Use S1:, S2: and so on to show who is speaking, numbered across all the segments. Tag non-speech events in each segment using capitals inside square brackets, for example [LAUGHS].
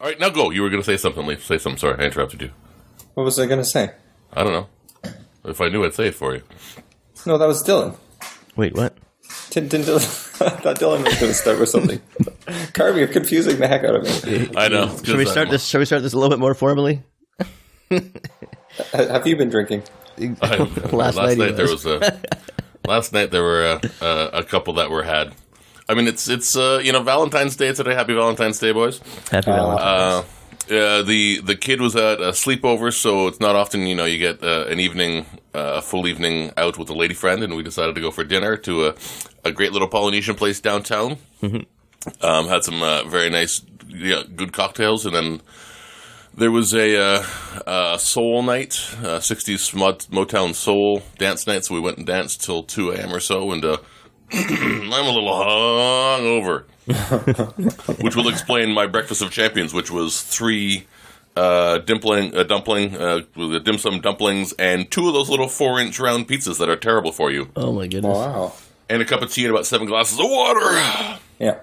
S1: All right, now go. You were going to say something, Leaf. Say something. Sorry, I interrupted you.
S2: What was I going to say?
S1: I don't know. If I knew, I'd say it for you.
S2: No, that was Dylan.
S3: Wait, what?
S2: Didn't, didn't Dylan, [LAUGHS] I thought Dylan was going to start with something. Carvey, you're confusing the heck out of me.
S1: I know.
S3: Should we
S1: [LAUGHS]
S3: start this? Should we start this a little bit more formally?
S2: Ha- Have you been drinking?
S3: [LAUGHS]
S1: last, night,
S3: he
S1: there was a. last night there were a, a, a couple that were had. I mean, it's it's uh, you know Valentine's Day today. Happy Valentine's Day, boys.
S3: Happy Valentine's.
S1: Uh, uh, the the kid was at a sleepover, so it's not often you know you get uh, an evening, uh, a full evening out with a lady friend, and we decided to go for dinner to a, a great little Polynesian place downtown. Um, had some uh, very nice, yeah, good cocktails, and then there was a, uh, uh soul night, uh, '60s mot- Motown soul dance night. So we went and danced till 2 a.m. or so, and uh, [CLEARS THROAT] I'm a little hungover which will explain my breakfast of champions, which was three uh, dimpling, uh, dumpling, uh, with the dim sum dumplings, and two of those little four-inch round pizzas that are terrible for you,
S3: Oh my goodness.
S2: Wow.
S1: and a cup of tea and about seven glasses of water.
S2: Yeah.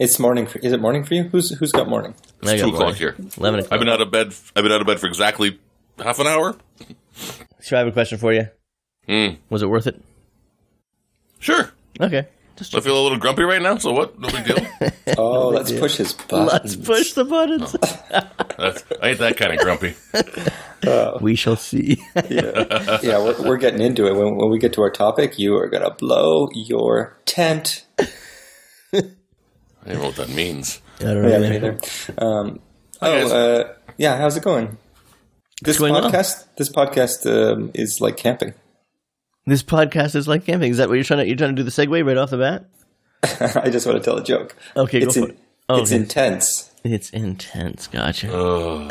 S2: It's morning. For, is it morning for you? Who's who's got morning?
S3: I
S1: It's
S3: got
S1: two o'clock
S3: bored.
S1: here.
S3: Eleven o'clock.
S1: I've been out of bed. I've been out of bed for exactly half an hour.
S3: Should I have a question for you?
S1: Hmm.
S3: Was it worth it?
S1: Sure,
S3: Okay. Just
S1: I feel a little grumpy right now. So what? No big
S3: [LAUGHS]
S1: deal.
S2: Oh, let's push his button.
S3: let's push the buttons.
S1: That's, I ain't that kind of grumpy.
S3: [LAUGHS] We shall see.
S2: Yeah, we're, we're getting into it. When, when we get to our topic, you are going to blow your tent.
S1: I don't know what that means.
S3: I don't
S2: Yeah,
S3: know.
S2: me neither. Um, oh,
S1: guys.
S2: uh, yeah. How's it going? This
S3: going well.
S2: podcast, this podcast um, is like camping.
S3: This podcast is like camping. Is that what you're trying to? You're trying to do the segue right off the bat?
S2: [LAUGHS] I just want to tell a joke.
S3: Okay, go
S2: it's
S3: for it. Oh,
S2: it's
S3: okay.
S2: intense.
S3: It's intense. Gotcha.
S1: Uh.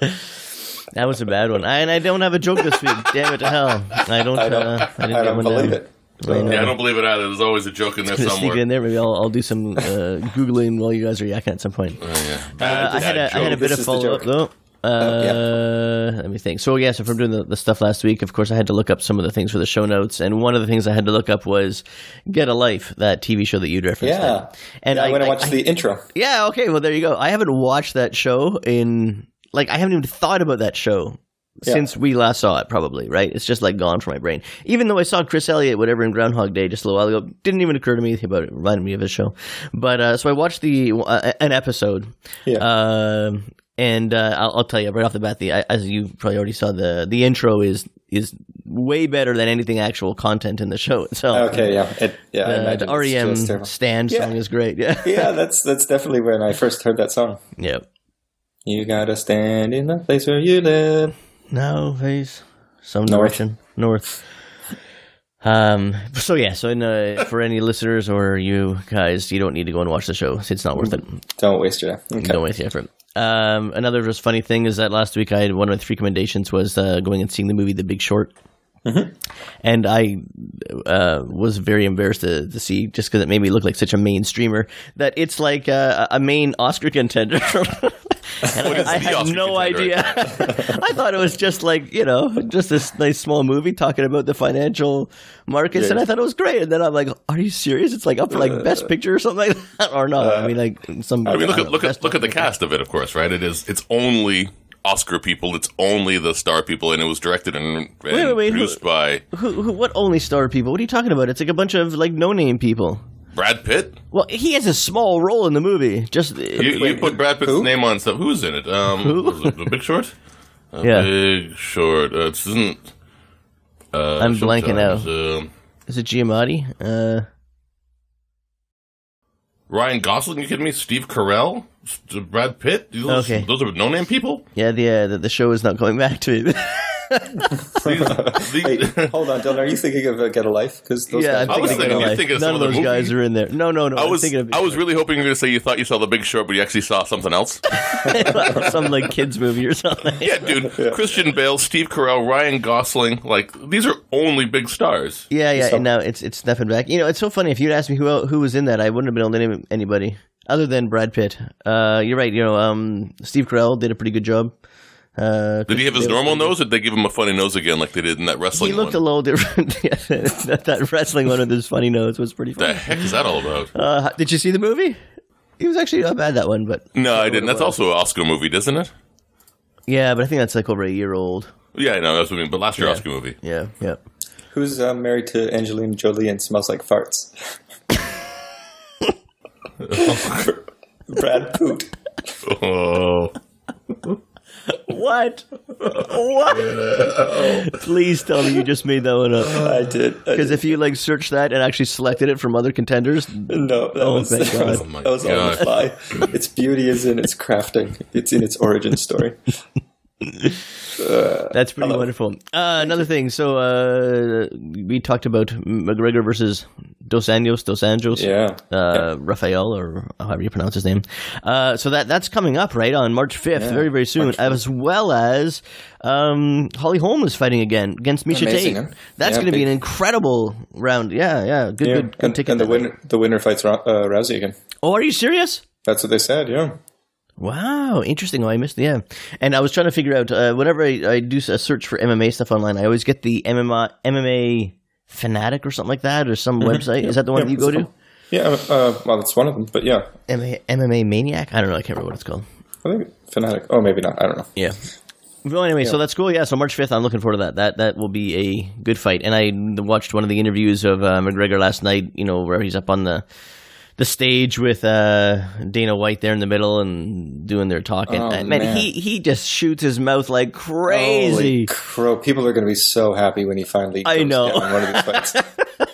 S1: Ugh.
S3: That was a bad one. I, and I don't have a joke this week. Damn it to hell. I
S2: [LAUGHS]
S3: don't.
S2: I don't,
S3: uh, I,
S2: I,
S3: didn't get
S2: don't
S3: one
S2: believe
S3: down.
S2: it.
S3: I know.
S1: Yeah, I don't believe it either. There's always a joke in there
S3: Just sneak it
S1: somewhere.
S3: in there. Maybe I'll, I'll do some uh, googling while you guys are yakking at some point.
S1: Oh, yeah.
S3: Uh,
S1: Bad,
S3: I had
S1: bad
S3: a, I had a
S1: joke.
S3: bit
S2: This
S3: of
S2: is the Oh,
S3: follow up though. Uh, Let me think. So yeah, so from doing the, the stuff last week, of course, I had to look up some of the things for the show notes, and one of the things I had to look up was "Get a Life," that TV show that you'd referenced.
S2: Yeah.
S3: there. and
S2: Yeah, I
S3: I,
S2: want
S3: I-
S2: to watch
S3: I-
S2: the intro.
S3: yeah, okay. Well, there you go. I haven't watched that show in like I haven't even thought about that show
S2: Yeah.
S3: since we last saw it. Probably right. It's just like gone from my brain. Even though I saw Chris Elliott whatever in Groundhog Day just a little while ago, didn't even occur to me about it. Reminded me of his show. But uh, so I watched the uh, an episode.
S2: Yeah.
S3: Um, and uh, I'll, I'll tell you right off the bat, the I- as you probably already saw, the the intro is is way better than anything actual content in the show itself.
S2: okay, yeah, it, yeah. I
S3: Uh,
S2: imagine
S3: Oh, the
S2: it's just
S3: REM
S2: terrible.
S3: stand
S2: Yeah.
S3: song is great. [LAUGHS] Yeah.
S2: yeah, that's that's definitely when I first heard that song.
S3: Yep.
S2: You gotta stand in the place where you live.
S3: No, face some
S2: North.
S3: direction north. Um. So yeah. So in, uh, for any listeners or you guys, you don't need to go and watch the show. It's not worth it.
S2: Don't waste your time. Okay.
S3: Don't waste the effort. Um. Another just funny thing is that last week I had one of my three recommendations was uh, going and seeing the movie The Big Short.
S1: Mm-hmm.
S3: And I uh, was very embarrassed to, to see just because it made me look like such a mainstreamer that it's like uh, a main Oscar contender. [LAUGHS] And
S1: What is
S3: I
S1: the
S3: had
S1: Oscar
S3: no
S1: contender?
S3: idea. [LAUGHS] I thought it was just like you know, just this nice small movie talking about the financial markets, and I thought it was great. And then I'm like, "Are you serious? It's like up for like Best Picture or something like that, [LAUGHS] or not? I mean, like some.
S1: Uh, I mean, look at look at look at the cast of it, of course, right? It is it's only Oscar people, it's only the star people, and it was directed and, and
S3: wait, wait, who-
S1: produced by
S3: Who, who, what only star people? What are you talking about? It's like a bunch of like no name people.
S1: Brad Pitt.
S3: Well, he has a small role in the movie. Just uh,
S1: You, you put Brad Pitt's
S2: who?
S1: name on stuff. Who's in it? Um, was it The Big Short. A
S3: [LAUGHS] Yeah.
S1: Big Short. Uh, this isn't. Uh,
S3: I'm blanking out.
S1: sometimes, um,
S3: is it Giamatti? Uh,
S1: Ryan Gosling, you kidding me? Steve Carell, S- Brad Pitt. Those,
S3: Okay.
S1: those are no name people.
S3: yeah, the, uh, the the show is not coming back [LAUGHS] to me.
S1: These,
S2: [LAUGHS] Wait,
S1: these,
S2: hold on, Dylan. Are you thinking of uh, Get a Life? Because
S3: yeah, I'm
S1: I was
S3: thinking,
S1: thinking-
S3: of
S1: you're
S3: Life.
S1: thinking of
S3: none
S1: some
S3: of
S1: other
S3: those guys
S1: movie.
S3: are in there. No, no, no.
S1: I
S3: I'm
S1: was
S3: thinking of [LAUGHS]
S1: I was really hoping you were going to say you thought you saw The Big Short, but you actually saw something else.
S3: some like kids movie or something.
S1: [LAUGHS] Yeah, dude. Christian Bale, Steve Carell, Ryan Gosling. Like these are only big stars.
S3: Yeah, yeah.
S2: So-
S3: and now it's it's nothing back. You know, it's so funny. If you'd asked me who el- who was in that, I wouldn't have been able to name anybody other than Brad Pitt. Uh, you're right. You know, um, Steve Carell did a pretty good job. Uh,
S1: Did he have his
S3: Christian Bale's
S1: normal
S3: pretty good.
S1: nose, or did they give him a funny nose again, like they did in that wrestling?
S3: He looked a
S1: one?
S3: little different. [LAUGHS] Yeah, that, that wrestling one with his funny Uh, nose was pretty
S1: The [LAUGHS]
S3: funny.
S1: heck is that all about?
S3: Uh, did you see the movie? It was actually not bad that one, but
S1: No, I didn't. That's
S3: Well,
S1: also an Oscar movie, doesn't it?
S3: yeah. But I think that's like over a year old.
S1: Yeah, I know. That's what I mean. But last year Oscar movie.
S3: Yeah, yeah.
S2: Who's uh, married to Angelina Jolie and smells like
S3: [LAUGHS]
S2: farts? [LAUGHS] Brad Poot.
S1: [LAUGHS] Oh,
S3: What? what? [LAUGHS] Please tell me you just made that one up.
S2: I did. I
S3: Because
S2: did.
S3: if you like search that and actually selected it from other contenders,
S2: No, that was,
S3: thank
S2: [LAUGHS] that was,
S1: God. Oh my
S2: that was on
S1: [LAUGHS]
S2: the fly. Its beauty is in its crafting. It's in its origin story.
S3: [LAUGHS] that's pretty
S2: Hello.
S3: wonderful. Uh, another thing. So uh, we talked about McGregor versus Dos Anjos, Dos Anjos.
S2: Yeah.
S3: Uh, Raphael, or however you pronounce his name. Uh, so that that's coming up right on March fifth, very very soon. As well as um, Holly Holm is fighting again against Misha
S2: Amazing,
S3: Tate.
S2: huh? Yeah,
S3: That's going to be
S2: big-
S3: an incredible round. Yeah, yeah, good,
S2: yeah.
S3: good, good
S2: and
S3: ticket.
S2: and the,
S3: that there.
S2: winner, the winner fights Ro- uh, Rousey again.
S3: Oh, are you serious?
S2: That's what they said, yeah.
S3: Wow, interesting. Oh, I missed. Yeah, and I was trying to figure out uh, whenever I, I do a search for MMA stuff online, I always get the MMA MMA fanatic or something like that, or some website. Is that the one
S2: Mm-hmm. Yeah,
S3: you go
S2: that's
S3: to?
S2: one. Yeah, uh, well, that's one of them, but yeah.
S3: MMA, MMA maniac. I don't know. I can't remember what it's called.
S2: I think Fanatic. Oh, maybe not. I don't know.
S3: Yeah. Well, anyway, so that's cool. Yeah, so March fifth, I'm looking forward to that. That that will be a good fight. And I watched one of the interviews of uh, McGregor last night. You know, where he's up on the the stage with uh, Dana White there in the middle and doing their talking.
S2: Oh,
S3: man,
S2: man.
S3: he he just shoots his mouth like crazy.
S2: Holy crow. People are going to be so happy when he finally
S3: I
S2: goes
S3: know.
S2: down in one of these
S3: [LAUGHS]
S2: fights.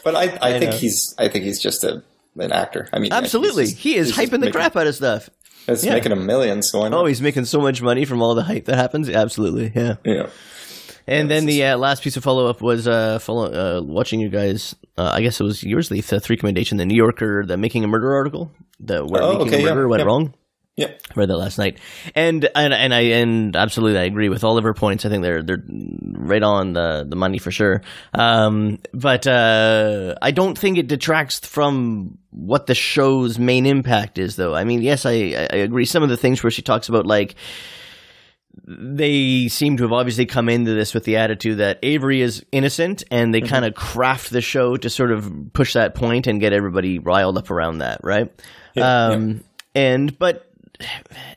S2: but I, I, think
S3: know.
S2: he's I think he's just a, an actor. I mean, yeah, he's
S3: Absolutely,
S2: just-
S3: he is
S2: he's just
S3: hyping the
S2: making-
S3: crap out of stuff.
S2: It's making a million, so I know.
S3: Oh, he's making so much money from all the hype that happens. Absolutely, yeah.
S2: yeah.
S3: And then the uh, last piece of follow up was uh, follow, uh, watching you guys. Uh, I guess it was yours, Leaf. The three recommendation, the New Yorker, the Making a Murder article, the where
S2: Oh,
S3: Making
S2: okay,
S3: a
S2: yeah,
S3: Murder went
S2: yeah.
S3: wrong.
S2: Yeah.
S3: I read that last night, and and and I and absolutely I agree with all of her points. I think they're they're right on the the money for sure. Um, but uh, I don't think it detracts from what the show's main impact is, though. I mean, yes, I I agree. Some of the things where she talks about like they seem to have obviously come into this with the attitude that Avery is innocent, and they kind of craft the show to sort of push that point and get everybody riled up around that, right? um, And but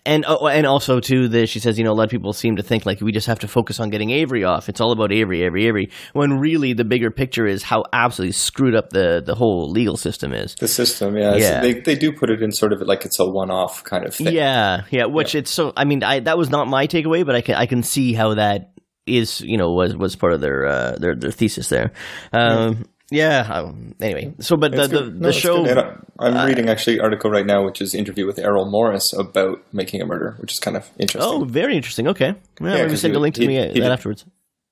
S3: and oh, and also too that she says you know a lot of people seem to think like we just have to focus on getting Avery off. It's all about Avery, Avery, Avery. When really the bigger picture is how absolutely screwed up the the whole legal system is.
S2: The system, yeah. So
S3: Yeah.
S2: they, they do put it in sort of like it's a one off kind of thing.
S3: Yeah, yeah. Which it's so. I mean, I that was not my takeaway, but I can I can see how that is. You know, was was part of their uh, their their thesis there. Um, yeah. um, anyway, so but the
S2: It's
S3: the,
S2: good. No,
S3: the
S2: it's
S3: show.
S2: good. And I- I'm reading actually an article right now, which is an interview with Errol Morris about making a murder, which is kind of interesting.
S3: Oh, very interesting. Okay. Yeah, maybe
S2: 'cause
S3: send
S2: he-
S3: a link to
S2: he-
S3: me uh,
S2: he
S3: that
S2: did-
S3: afterwards.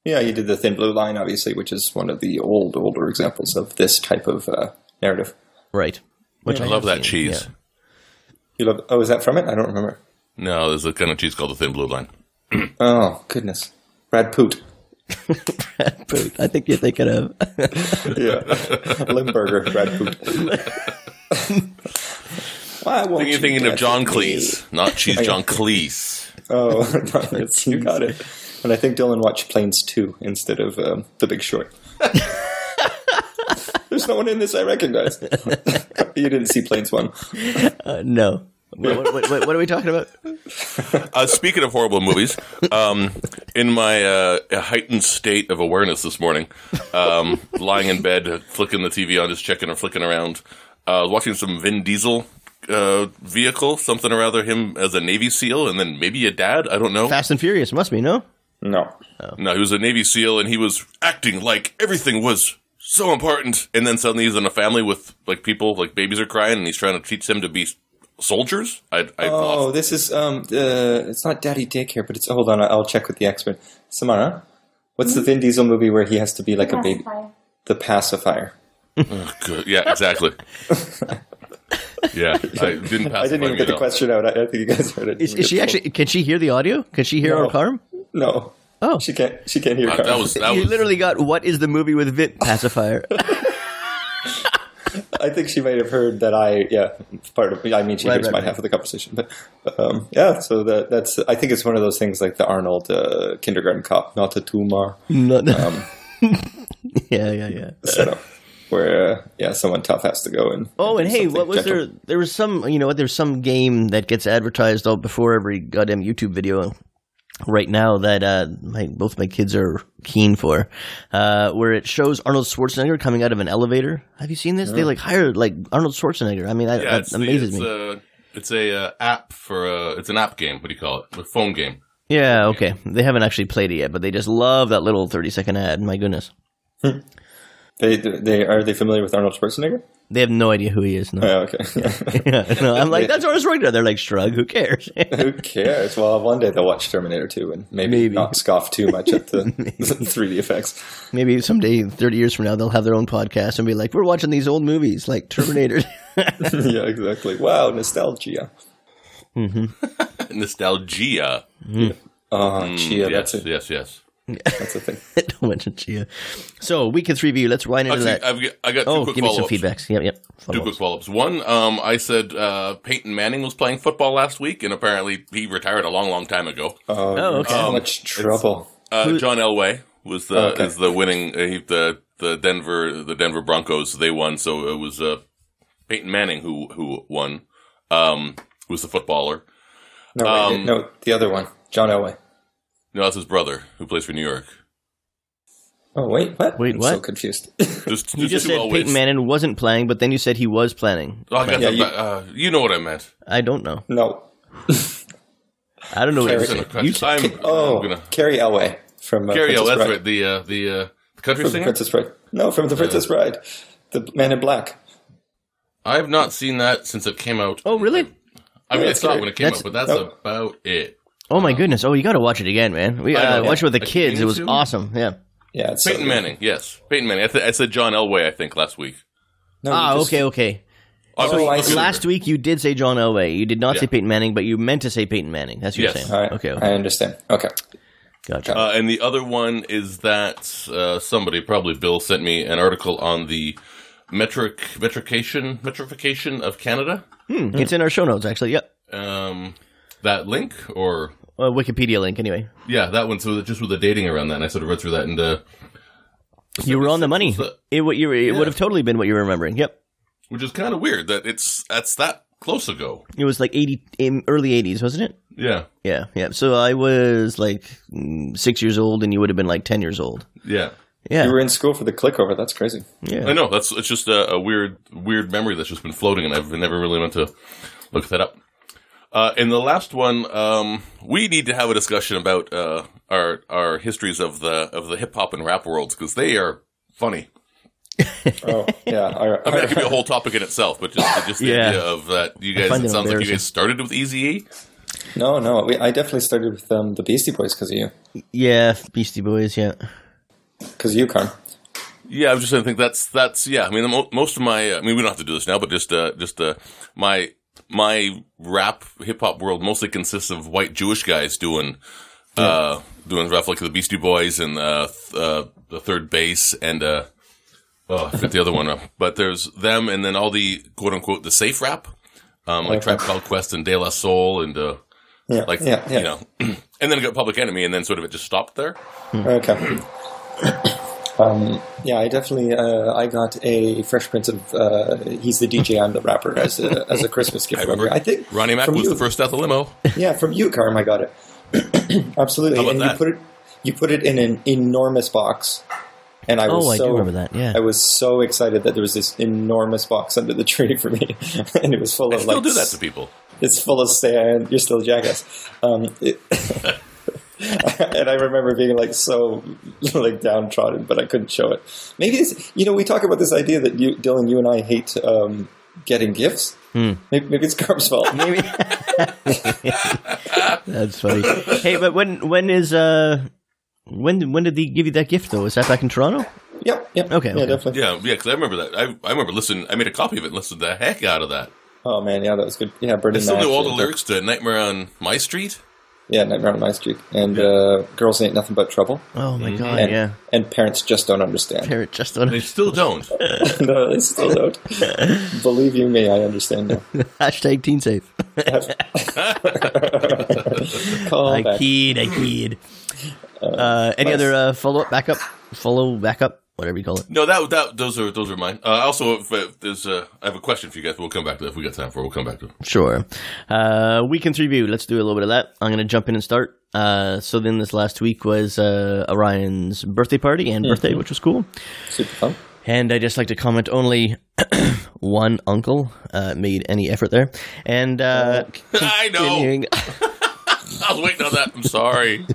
S2: Yeah, he did the Thin Blue Line, obviously, which is one of the old, older examples of this type of uh, narrative.
S3: Right. Which
S1: I
S3: have
S1: love that
S3: seen,
S1: cheese.
S3: yeah.
S2: You love? Oh, is that from it? I don't remember.
S1: No, there's a kind of cheese called the Thin Blue Line.
S2: Oh goodness,
S1: [LAUGHS]
S2: Brad Poot.
S3: But I think you're thinking of.
S2: Yeah, Limburger, Brad
S1: [LAUGHS]
S2: Poot. [LAUGHS] Why won't
S1: You're thinking
S2: you
S1: of John
S2: dance with me?
S1: Cleese, not cheese. John Cleese.
S2: Oh, [LAUGHS] you got it. And I think Dylan watched Planes 2 instead of um, The Big [LAUGHS] Short. There's no one in this I [LAUGHS] recognize. you didn't see Planes 1.
S3: Uh, no. What, what, what, what are we talking about?
S1: Uh, speaking of horrible movies, um, in my uh, heightened state of awareness this morning, um, lying in bed, flicking the TV on, just checking or flicking around, uh, I was watching some Vin Diesel uh, vehicle, something or other, him as a Navy SEAL, and then maybe a dad. I don't know.
S3: Fast and Furious must be no.
S2: No.
S1: No, he was a Navy SEAL, and he was acting like everything was so important. And then suddenly he's in a family with like people, like babies are crying, and he's trying to teach them to be soldiers. I, I
S2: Oh,
S1: lost.
S2: this is, um, uh, it's not Daddy Daycare, but it's, hold on, I'll check with the expert. Samara, what's
S3: Hmm?
S2: the Vin Diesel movie where he has to be like a baby? The Pacifier.
S1: Good. Yeah, exactly. yeah, I didn't pass.
S2: I didn't even get the question out. I, I think you guys heard it.
S3: Is, is she actually? Can she hear the audio? Can she hear
S2: No.
S3: our Carm?
S2: No.
S3: Oh.
S2: She can't, she can't hear
S1: Uh, That
S2: Carmen.
S1: was that
S3: [LAUGHS] you
S1: was
S3: literally got what is the movie with [LAUGHS] Vit pacifier?
S2: I think she might have heard that I, yeah, part of. I mean, she
S3: Right,
S2: hears
S3: right,
S2: my
S3: right.
S2: half of the conversation, but um, yeah. So that that's. I think it's one of those things like the Arnold uh,
S3: [LAUGHS]
S2: kindergarten cop, not a tumor.
S3: No, no. yeah, yeah, yeah.
S2: setup. where uh, yeah, someone tough has to go and.
S3: Oh, and
S2: do
S3: hey,
S2: something
S3: what was
S2: gentle.
S3: there? There was some, you know, what? there's some game that gets advertised all before every goddamn YouTube video right now that uh, my, both my kids are keen for, uh, where it shows Arnold Schwarzenegger coming out of an elevator. Have you seen this? They like hired like Arnold Schwarzenegger. I mean, that,
S1: Yeah,
S3: that
S1: it's, the-
S3: amazes
S1: it's
S3: me.
S1: a it's a uh, app for a it's an app game. What do you call it? A phone game. [LAUGHS]
S3: yeah, okay. They haven't actually played it yet, but they just love that little thirty second ad. My goodness,
S2: They, they are they familiar with Arnold Schwarzenegger?
S3: they have no idea who he is. No.
S2: Oh, okay.
S3: Yeah, [LAUGHS] no, I'm like that's Arnold Schwarzenegger. They're like shrug. Who cares?
S2: [LAUGHS]
S3: [LAUGHS]
S2: Who cares? Well, one day they'll watch Terminator 2 and maybe,
S3: Maybe.
S2: not scoff too much at
S3: [LAUGHS]
S2: the [LAUGHS] 3D effects. [LAUGHS]
S3: Maybe someday, 30 years from now, they'll have their own podcast and be like, we're watching these old movies like Terminator. [LAUGHS]
S2: yeah, exactly. Wow, nostalgia.
S1: Nostalgia.
S2: Oh, chia,
S1: yes,
S2: that's, a,
S1: yes, yes.
S2: that's a thing.
S3: Don't mention Chia. So, week of three view. Let's wind into
S1: Actually,
S3: that.
S1: I've got, I got two
S3: oh,
S1: quick
S3: give me some
S1: follow-ups.
S3: feedbacks. Yep, yep.
S1: Two quick follow-ups. One, um, I said uh, Peyton Manning was playing football last week, and apparently he retired a long, long time ago.
S2: Oh,
S3: Oh, okay.
S2: so much trouble.
S1: Uh, John Elway was the
S2: Okay.
S1: is the winning uh, he- the the Denver the Denver Broncos they won so it was uh, Peyton Manning who who won um who was the footballer
S2: No, wait,
S1: Um,
S2: no, the other one, John Elway.
S1: no that's his brother who plays for New York
S2: Oh, wait, what?
S3: Wait,
S2: I'm
S3: what?
S2: so confused. [LAUGHS]
S1: there's, there's
S3: You just
S1: two
S3: said
S1: Elways.
S3: Peyton Manning wasn't playing, but then you said he was planning.
S1: Oh, I got
S2: Yeah,
S1: that
S2: you-
S1: ba- uh, you know what I meant
S3: I don't know.
S2: no.
S3: I don't know what you
S2: Carry-
S3: said.
S1: I'm,
S3: You said-
S1: I'm
S2: Oh,
S1: gonna
S2: Carrie Elway from uh,
S1: Gary oh,
S2: Princess
S1: that's
S2: Bride.
S1: right the uh, the uh, the country
S2: From the
S1: singer
S2: Princess Bride. No, from The Princess Bride. The Man in Black.
S1: I have not seen that since it came out
S3: oh, really?
S1: I mean
S2: Yeah,
S1: I saw it
S2: okay.
S1: when it came
S3: That's-
S1: out but that's
S2: no.
S1: about it
S3: Oh, my goodness. Oh, you got to watch it again, man. We
S1: I
S3: uh,
S1: know.
S3: watched it with the
S1: Like,
S3: kids. It was
S1: YouTube?
S3: awesome. Yeah.
S2: Yeah, it's so
S1: Peyton
S2: good.
S1: Manning yes Peyton Manning I, th- I said John Elway I think last week
S2: No, you
S3: Ah,
S2: just-
S3: okay, okay.
S2: Oh, I see.
S3: Last week you did say John Elway. You did not
S1: Yeah.
S3: say Peyton Manning, but you meant to say Peyton Manning. That's what
S1: Yes.
S3: you're saying.
S2: All right.
S3: Okay, okay.
S2: I understand. Okay.
S3: Gotcha.
S1: Uh, and the other one is that uh, somebody, probably Bill, sent me an article on the metric metrication metrification of Canada.
S3: Hmm, It's in our show notes, actually. Yep.
S1: Um, that link, or
S3: a Wikipedia link anyway.
S1: yeah, that one. So that just with the dating around that, and I sort of read through that, and uh,
S3: You were on the money.
S1: so-
S3: It, would- you were- it would have totally been what you were remembering. Yep.
S1: which is kind of weird that it's that's that close ago.
S3: It was like 80 in early 80s, wasn't it?
S1: Yeah,
S3: Yeah, yeah. So I was like mm, 6 years old and you would have been like 10 years old.
S1: yeah.
S3: Yeah.
S2: You were in school for the clickover. That's crazy.
S3: [LAUGHS]
S1: I
S3: yeah.
S1: know that's it's just a, a weird weird memory that's just been floating, and I've never really meant to look that up. Uh, and the last one, um, we need to have a discussion about uh, our our histories of the of the hip hop and rap worlds because they are funny.
S2: Oh, yeah. All right.
S1: I mean, it could be a whole topic in itself, but just just the
S3: [LAUGHS] Yeah.
S1: idea of that you guys.
S3: find
S1: It
S3: them
S1: sounds like you
S3: embarrassing.
S1: guys started with Eazy-E.
S2: No, no. We, I definitely started with um, the Beastie Boys because of you.
S3: Yeah, Beastie Boys, yeah.
S2: Because of you, Carm.
S1: Yeah, I was just going to think that's that's yeah. I mean, the mo- most of my uh, I mean, we don't have to do this now, but just uh, just uh, my my rap hip hop world mostly consists of white Jewish guys doing uh, doing rap like the Beastie Boys and uh, th- uh, the Third Base and uh, oh, I forget the other one. uh, But there's them and then all the quote unquote the safe rap, um, like Trap Called Quest and De La Soul and uh,
S2: Yeah.
S1: like
S2: yeah, yeah.
S1: you know, [CLEARS THROAT] and then it got Public Enemy and then sort of it just stopped there.
S2: Okay. [COUGHS] Um, yeah, I definitely. Uh, I got a Fresh Prince of. Uh, he's the DJ. I'm the rapper as a, as a Christmas gift. I,
S1: remember.
S2: I think
S1: Ronnie Mack
S2: from
S1: was
S2: you.
S1: the first out the
S2: [LAUGHS]
S1: limo.
S2: Yeah, from you, Carm. I got it. [COUGHS] Absolutely.
S1: How about
S2: and
S1: that?
S2: you put it. You put it in an enormous box, and I was
S3: Oh, I do
S2: so
S3: remember that, yeah.
S2: I was so excited that there was this enormous box under the tree for me, [LAUGHS] and it was full
S1: I
S2: of
S1: still
S2: like
S1: do that to people.
S2: it's full of sand. You're still a jackass. Um,
S1: [LAUGHS]
S2: it- and I remember being like so like downtrodden, but I couldn't show it. Maybe it's you know we talk about this idea that you Dylan, you and I hate um, getting gifts.
S3: Hmm.
S2: Maybe, maybe it's Carm's
S1: [LAUGHS]
S2: fault.
S3: Maybe. [LAUGHS] That's funny. Hey, but when when is uh when when did they give you that gift though? Was that back in Toronto?
S2: Yep. Yep.
S3: Okay,
S2: Yeah.
S3: okay.
S2: Definitely.
S1: Yeah, yeah, because I remember that. I, I remember listening. I made a copy of it and listened the heck out of that.
S2: Oh man. Yeah, that was good. Yeah,
S1: I
S2: Burning
S1: still
S2: Man,
S1: knew all the
S2: yeah.
S1: lyrics to Nightmare on My Street.
S2: Yeah, Nightmare on My Street and uh, Girls Ain't Nothing But Trouble.
S3: Oh my god,
S2: And,
S3: yeah.
S2: and parents just don't
S3: [LAUGHS]
S2: understand. [LAUGHS]
S3: Parrot just
S1: They
S3: on
S1: still don't.
S2: no, they still
S3: [LAUGHS]
S2: don't. Believe you me, I understand. Now.
S3: hashtag teen safe.
S2: Call
S3: I
S2: back.
S3: keyed, I keyed. Uh, any other uh, follow up, backup, follow backup? whatever you call it.
S1: No, that that those are those are mine. Uh, also, if, if there's uh, I have a question for you guys. We'll come back to that if we got time for. it. We'll come back to. it.
S3: Sure. Uh, week in review. Let's do a little bit of that. I'm going to jump in and start. Uh, so then this last week was uh, Orion's birthday party and birthday, which was cool.
S2: Super fun.
S3: And I just like to comment only [CLEARS THROAT] one uncle uh, made any effort there. And uh,
S2: Oh, [LAUGHS]
S1: I know.
S3: continuing, [LAUGHS]
S1: I was waiting on that. I'm [LAUGHS] sorry.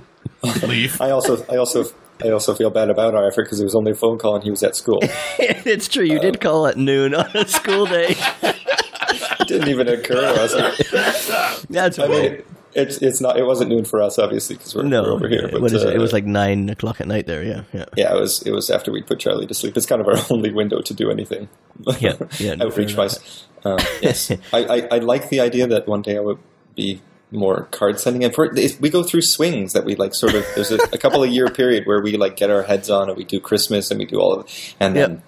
S1: Leave.
S2: I also, I also, I also feel bad about our effort because it was only a phone call and he was at school.
S3: it's true. You
S2: Uh,
S3: did call at noon on a school
S2: [LAUGHS]
S3: day.
S2: It didn't even occur to us.
S3: That's
S2: I mean,
S3: right.
S2: it, it's it's not. It wasn't noon for us, obviously, because we're,
S3: No,
S2: we're over here. But
S3: what is
S2: uh,
S3: it? It was like nine o'clock at night there. Yeah, yeah.
S2: yeah, it was it was after we put Charlie to sleep. It's kind of our [LAUGHS] only window to do anything.
S3: Yeah,
S2: [LAUGHS]
S3: yeah, no,
S2: outreach
S3: fair
S2: wise. Um,
S3: [LAUGHS]
S2: yes, I, I I like the idea that one day I would be more card sending. And for, if we go through swings that we like sort of there's a, a couple of year period where we like get our heads on and we do Christmas and we do all of it, and then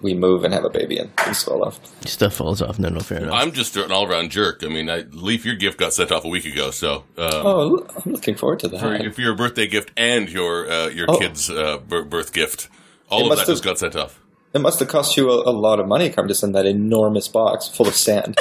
S2: we move and have a baby and things fall off.
S3: Stuff falls off. No, no, fair enough.
S1: I'm just an all round jerk. I mean, I, Leaf, your gift got sent off a week ago. So, um,
S2: Oh, lo- I'm looking forward to that.
S1: for, if your birthday gift and your uh, your
S2: Oh.
S1: kid's uh, bir- birth gift, all
S2: It
S1: of that
S2: must
S1: just
S2: have-
S1: got sent off.
S2: It must have cost you a, a lot of money, come to send that enormous box full of sand.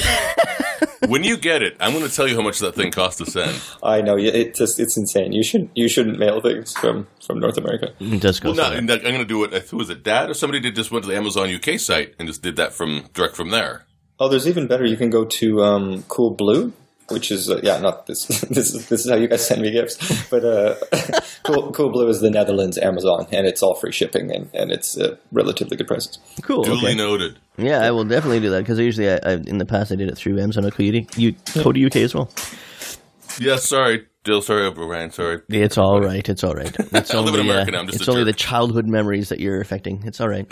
S1: when you get it, I'm going to tell you how much that thing cost to send.
S2: I know yeah, it just it's insane. You should you shouldn't mail things from from North America.
S3: It does go.
S1: Well, no,
S3: somewhere.
S1: and that- I'm going to do it. Who was it? Dad or somebody did just went to the Amazon UK site and just did that from direct from there.
S2: Oh, there's even better. You can go to um, Cool Blue, which is uh, yeah, not this. [LAUGHS] this is this is how you guys send me gifts. But uh, [LAUGHS] cool, cool Blue is the Netherlands Amazon, and it's all free shipping, and and it's uh, relatively good prices.
S3: cool.
S1: Duly
S3: okay.
S1: noted.
S3: Yeah, I will definitely do that because usually, I, I, in the past, I did it through Amazon Echo U- E Code UK as well.
S1: Yeah, sorry, Dill. Sorry, Ryan. Sorry.
S3: It's all right. It's all
S1: [LAUGHS]
S3: right. It's
S1: live in
S3: only, uh,
S1: America now, I'm just
S3: it's
S1: a
S3: only
S1: jerk.
S3: the childhood memories that you're affecting. It's
S1: [LAUGHS]
S3: all right.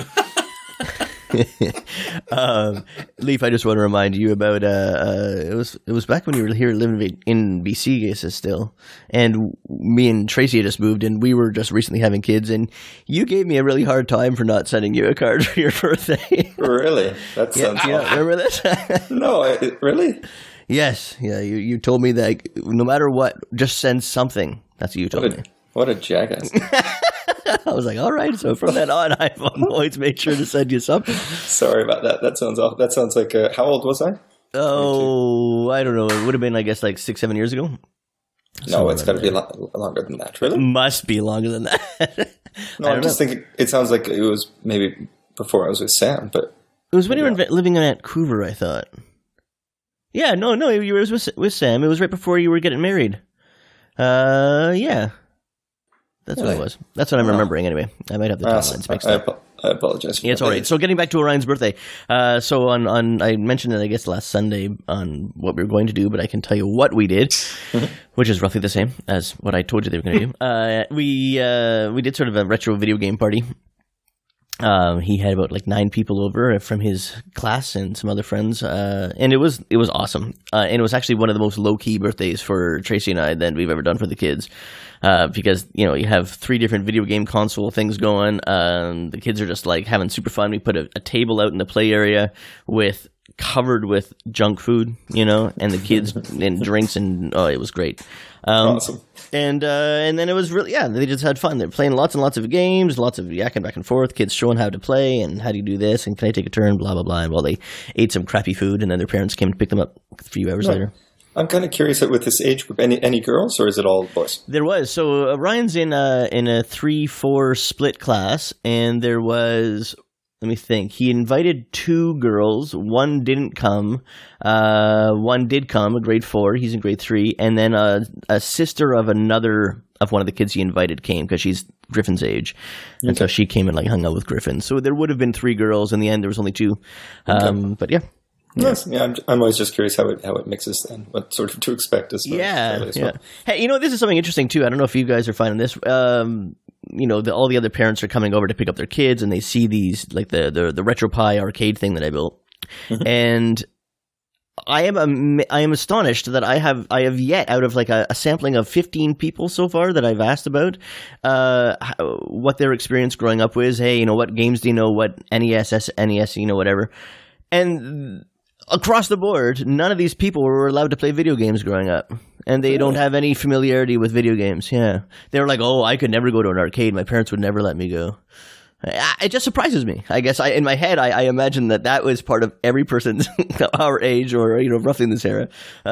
S3: um, Leaf, I just want to remind you about uh, uh, it was it was back when you were here living in- in BC, I guess, still, and me and Tracy had just moved, and we were just recently having kids, and you gave me a really hard time for not sending you a card [LAUGHS] for your
S1: [LAUGHS]
S3: birthday. [LAUGHS]
S2: Really, that sounds
S3: yeah, remember that?
S2: no, I, it- really.
S3: [LAUGHS] Yes, yeah. You you told me that no matter what, just send something. That's what you told
S2: What
S3: me.
S2: a, what a jackass!
S3: I was like, all right. So from then on, I've [LAUGHS] always made sure to send you
S2: [LAUGHS]
S3: something.
S2: Sorry about that. That sounds off. That sounds like uh, how old was I?
S3: Oh, I don't know. It would have been, I guess, like six, seven years ago.
S2: No, it's got to be lo- longer than that. Really?
S3: Must be longer than that. [LAUGHS]
S2: No, I'm just thinking. It sounds like it was maybe before I was with Sam, but
S3: It was when you were in- living in Vancouver, I thought. Yeah, no, no, you were with, with Sam. It was right before you were getting married. Uh, yeah. That's what it
S2: Really?
S3: was. That's what I'm remembering anyway. I might have the
S2: uh,
S3: timelines mixed
S2: I,
S3: up.
S2: apo- I apologize. For
S3: Yeah, it's
S2: that.
S3: all right. So getting back to Orion's birthday, uh, so on on I mentioned it I guess last Sunday on what we were going to do, but I can tell you what we did, which is roughly the same as what I told you they were going to do. Uh, we uh, we did sort of a retro video game party. Um, he had about like nine people over from his class and some other friends, uh, and it was it was awesome. Uh, and it was actually one of the most low key birthdays for Tracy and I that we've ever done for the kids, uh, because you know you have three different video game console things going. Um, the kids are just like having super fun. We put a, a table out in the play area with covered with junk food, you know, and the kids and drinks, and oh, it was great. Um,
S2: Awesome.
S3: and uh, and then it was really yeah they just had fun they're playing lots and lots of games lots of yakking back and forth kids showing how to play and how do you do this and can I take a turn blah blah blah and while they ate some crappy food and then their parents came and picked them up a few hours later
S2: I'm kind of curious with this age group. Any any girls or is it all boys?
S3: there was so uh, Ryan's in a in a three four split class and there was let me think he invited two girls one didn't come uh, one did come a grade four he's in grade three and then a, a sister of another of one of the kids he invited came because she's Griffin's age and so she came and like hung out with Griffin so there would have been three girls in the end there was only two um, but yeah
S2: Yes. Yeah, I'm, I'm always just curious how it how it mixes then. What sort of [LAUGHS] to expect as far
S3: Yeah,
S2: as
S3: yeah. Hey, you know this is something interesting too. I don't know if you guys are finding this. Um, you know, the, all the other parents are coming over to pick up their kids, and they see these like the the, the RetroPie arcade thing that I built, and I am am- I am astonished that I have I have yet out of like a, a sampling of fifteen people so far that I've asked about uh, how, what their experience growing up was. Hey, you know what games do you know? What NES, S- NES, you know whatever, and across the board, none of these people were allowed to play video games growing up, and they don't have any familiarity with video games. Yeah, they were like, "Oh, I could never go to an arcade. My parents would never let me go." I- it just surprises me. I guess I, in my head, I, I imagine that that was part of every person's [LAUGHS] our age or you know roughly in this era,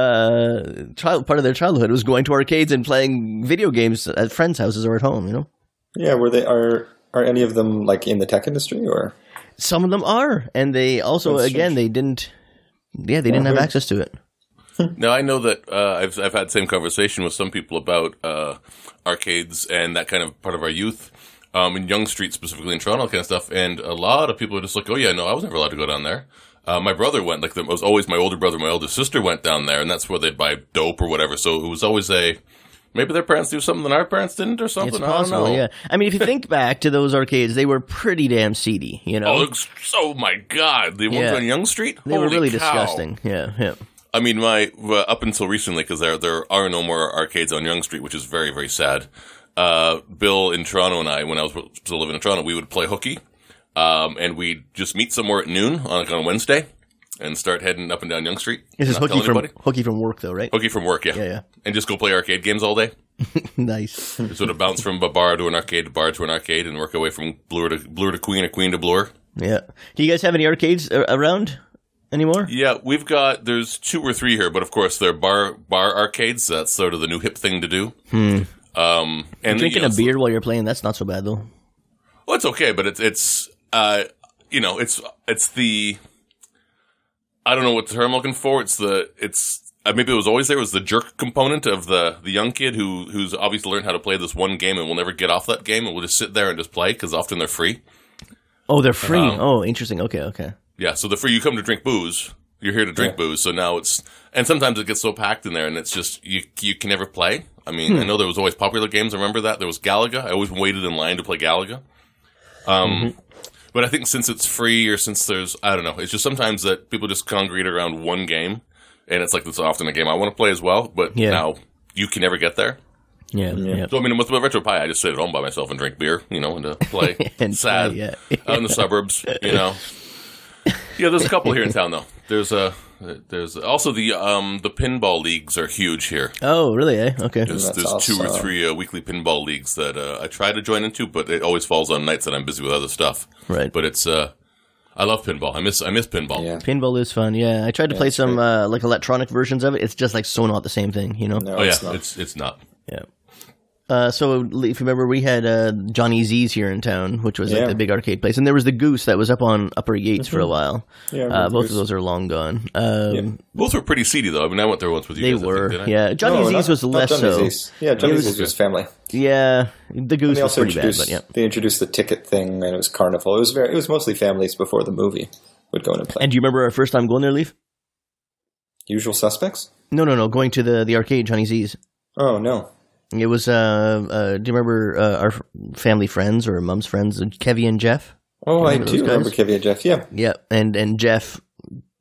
S3: uh, child part of their childhood was going to arcades and playing video games at friends' houses or at home. You know,
S2: Yeah, were they are are any of them like in the tech industry or
S3: some of them are, and they also
S2: That's
S3: again
S2: strange.
S3: they didn't, yeah, they didn't have
S2: weird.
S3: access to it.
S1: Now I know that uh, I've I've had same conversation with some people about uh, arcades and that kind of part of our youth, um, in Young Street specifically in Toronto, that kind of stuff. And a lot of people are just like, "Oh yeah, no, I was never allowed to go down there." Uh, my brother went. Like it was always my older brother, my older sister went down there, and that's where they'd buy dope or whatever. So it was always a maybe their parents do something that our parents didn't or something.
S3: It's
S1: I
S3: possible,
S1: don't know.
S3: yeah. I mean, if you think back to those arcades, they were pretty damn seedy. You know,
S1: Oh, it's- oh my God! The ones
S3: Yeah.
S1: on Young Street,
S3: they were
S1: Holy
S3: really
S1: cow.
S3: disgusting. Yeah, yeah.
S1: I mean, my well, up until recently, because there there are no more arcades on Young Street, which is very very sad. Uh, Bill in Toronto and I, when I was still living in Toronto, we would play hooky, um, and we'd just meet somewhere at noon on like on Wednesday, and start heading up and down Young Street.
S3: This is
S1: Not
S3: hooky
S1: tell
S3: from
S1: anybody.
S3: hooky from work though, right?
S1: hooky from work, yeah.
S3: Yeah, yeah. [LAUGHS]
S1: and just go play arcade games all day.
S3: nice.
S1: Sort of bounce from a bar to an arcade, bar to an arcade, and work away from bluer to bluer to queen, or queen to bluer.
S3: Yeah. Do you guys have any arcades a- around anymore?
S1: Yeah, we've got there's two or three here, but of course they're bar bar arcades. That's sort of the new hip thing to do. Um, and
S3: Drinking
S1: you know,
S3: a beer while Hmm. you're playing, that's not so bad though.
S1: Well, it's okay, but it's it's uh, you know it's it's the I don't know what term I'm looking for. It's the it's uh, maybe it was always there. It was the jerk component of the the young kid who who's obviously learned how to play this one game and will never get off that game and will just sit there and just play because often they're free.
S3: Oh, they're free.
S1: Um,
S3: oh, interesting. Okay, okay.
S1: Yeah, so the free you come to drink booze. You're here to drink
S2: Yeah.
S1: booze. So now it's and sometimes it gets so packed in there and it's just you you can never play. I mean,
S3: Hmm.
S1: I know there was always popular games. I remember that there was Galaga. I always waited in line to play Galaga. Um,
S3: Mm-hmm.
S1: but I think since it's free or since there's I don't know, it's just sometimes that people just congregate around one game, and it's like that's often a game I want to play as well. But
S3: Yeah.
S1: now you can never get there.
S3: Yeah, yeah.
S1: So I mean, with my retro pie, I just sit at home by myself and drink beer, you know, and uh, play
S3: [LAUGHS] And
S1: sad Uh,
S3: play, yeah.
S1: out in the suburbs, you
S2: [LAUGHS]
S1: know. Yeah, there's a couple here in town though. There's a there's also the um the pinball leagues are huge here.
S3: [LAUGHS] Oh, really? Eh? Okay.
S1: There's,
S2: That's
S1: there's two or
S2: awesome.
S1: three uh, weekly pinball leagues that uh, I try to join into, but it always falls on nights that I'm busy with other stuff.
S3: Right.
S1: But it's uh I love pinball. I miss I miss pinball.
S2: yeah.
S3: Pinball is fun. Yeah, I tried to play
S2: it's
S3: some
S2: great.
S3: uh, like electronic versions of it. It's just like so not the same thing, you know.
S2: No,
S1: Oh yeah,
S2: it's not.
S1: it's it's not.
S3: Yeah. Uh, so if you remember, we had uh, Johnny Z's here in town, which was
S2: Yeah.
S3: like the big arcade place, and there was the Goose that was up on Upper Yates for a while.
S2: Yeah, I
S3: uh,
S2: remember
S3: both of
S2: Goose.
S3: those are long gone. Um,
S1: Both were pretty seedy though. I mean, I went there once with you.
S3: They
S1: guys, I think,
S3: were,
S1: didn't I?
S3: yeah. Johnny
S2: No,
S3: Z's
S2: not-
S3: was
S2: not
S3: less
S2: Johnny
S3: so.
S2: Z's. Yeah, Johnny
S3: It was-
S2: Z's was just family.
S3: Yeah, the Goose
S2: They
S3: was
S2: also
S3: pretty bad,
S2: introduced
S3: but yeah.
S2: they introduced the ticket thing and it was carnival. It was very it was mostly families before the movie would go in and play.
S3: And do you remember our first time going there, Leaf?
S2: Usual suspects?
S3: No, no, no. Going to the the arcade, Johnny Z's.
S2: Oh no.
S3: It was. Uh, uh, do you remember uh, our f- family friends or mum's friends, Kevy and Jeff?
S2: Oh, I
S3: remember
S2: do
S3: those
S2: remember
S3: guys?
S2: Kevy and Jeff. Yeah,
S3: Yeah, and and Jeff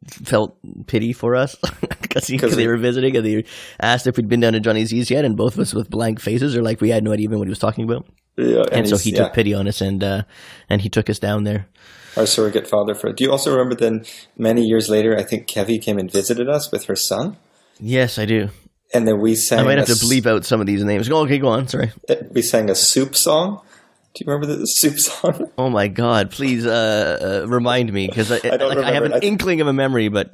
S3: felt pity for us [LAUGHS] because he,
S2: 'Cause
S3: 'cause they
S2: we-
S3: were visiting and they asked if we'd been down to Johnny Z's yet, and both of us with blank faces or like we had no idea even what he was talking about.
S2: yeah.
S3: And, so
S2: he's-
S3: he
S2: yeah,
S3: took pity on us and uh, and he took us down there.
S2: our surrogate father for. Do you also remember? Then many years later, I think Kevy came and visited us with her son,
S3: Yes, I do.
S2: and then we sang.
S3: I might have
S2: a
S3: to bleep out some of these names. Go, okay, go on. Sorry.
S2: s- We sang a soup song. Do you remember the soup song? [LAUGHS]
S3: Oh my God! Please uh, uh, remind me because [LAUGHS] I,
S2: don't
S3: like, I have
S2: remember.
S3: an
S2: I th-
S3: inkling of a memory, but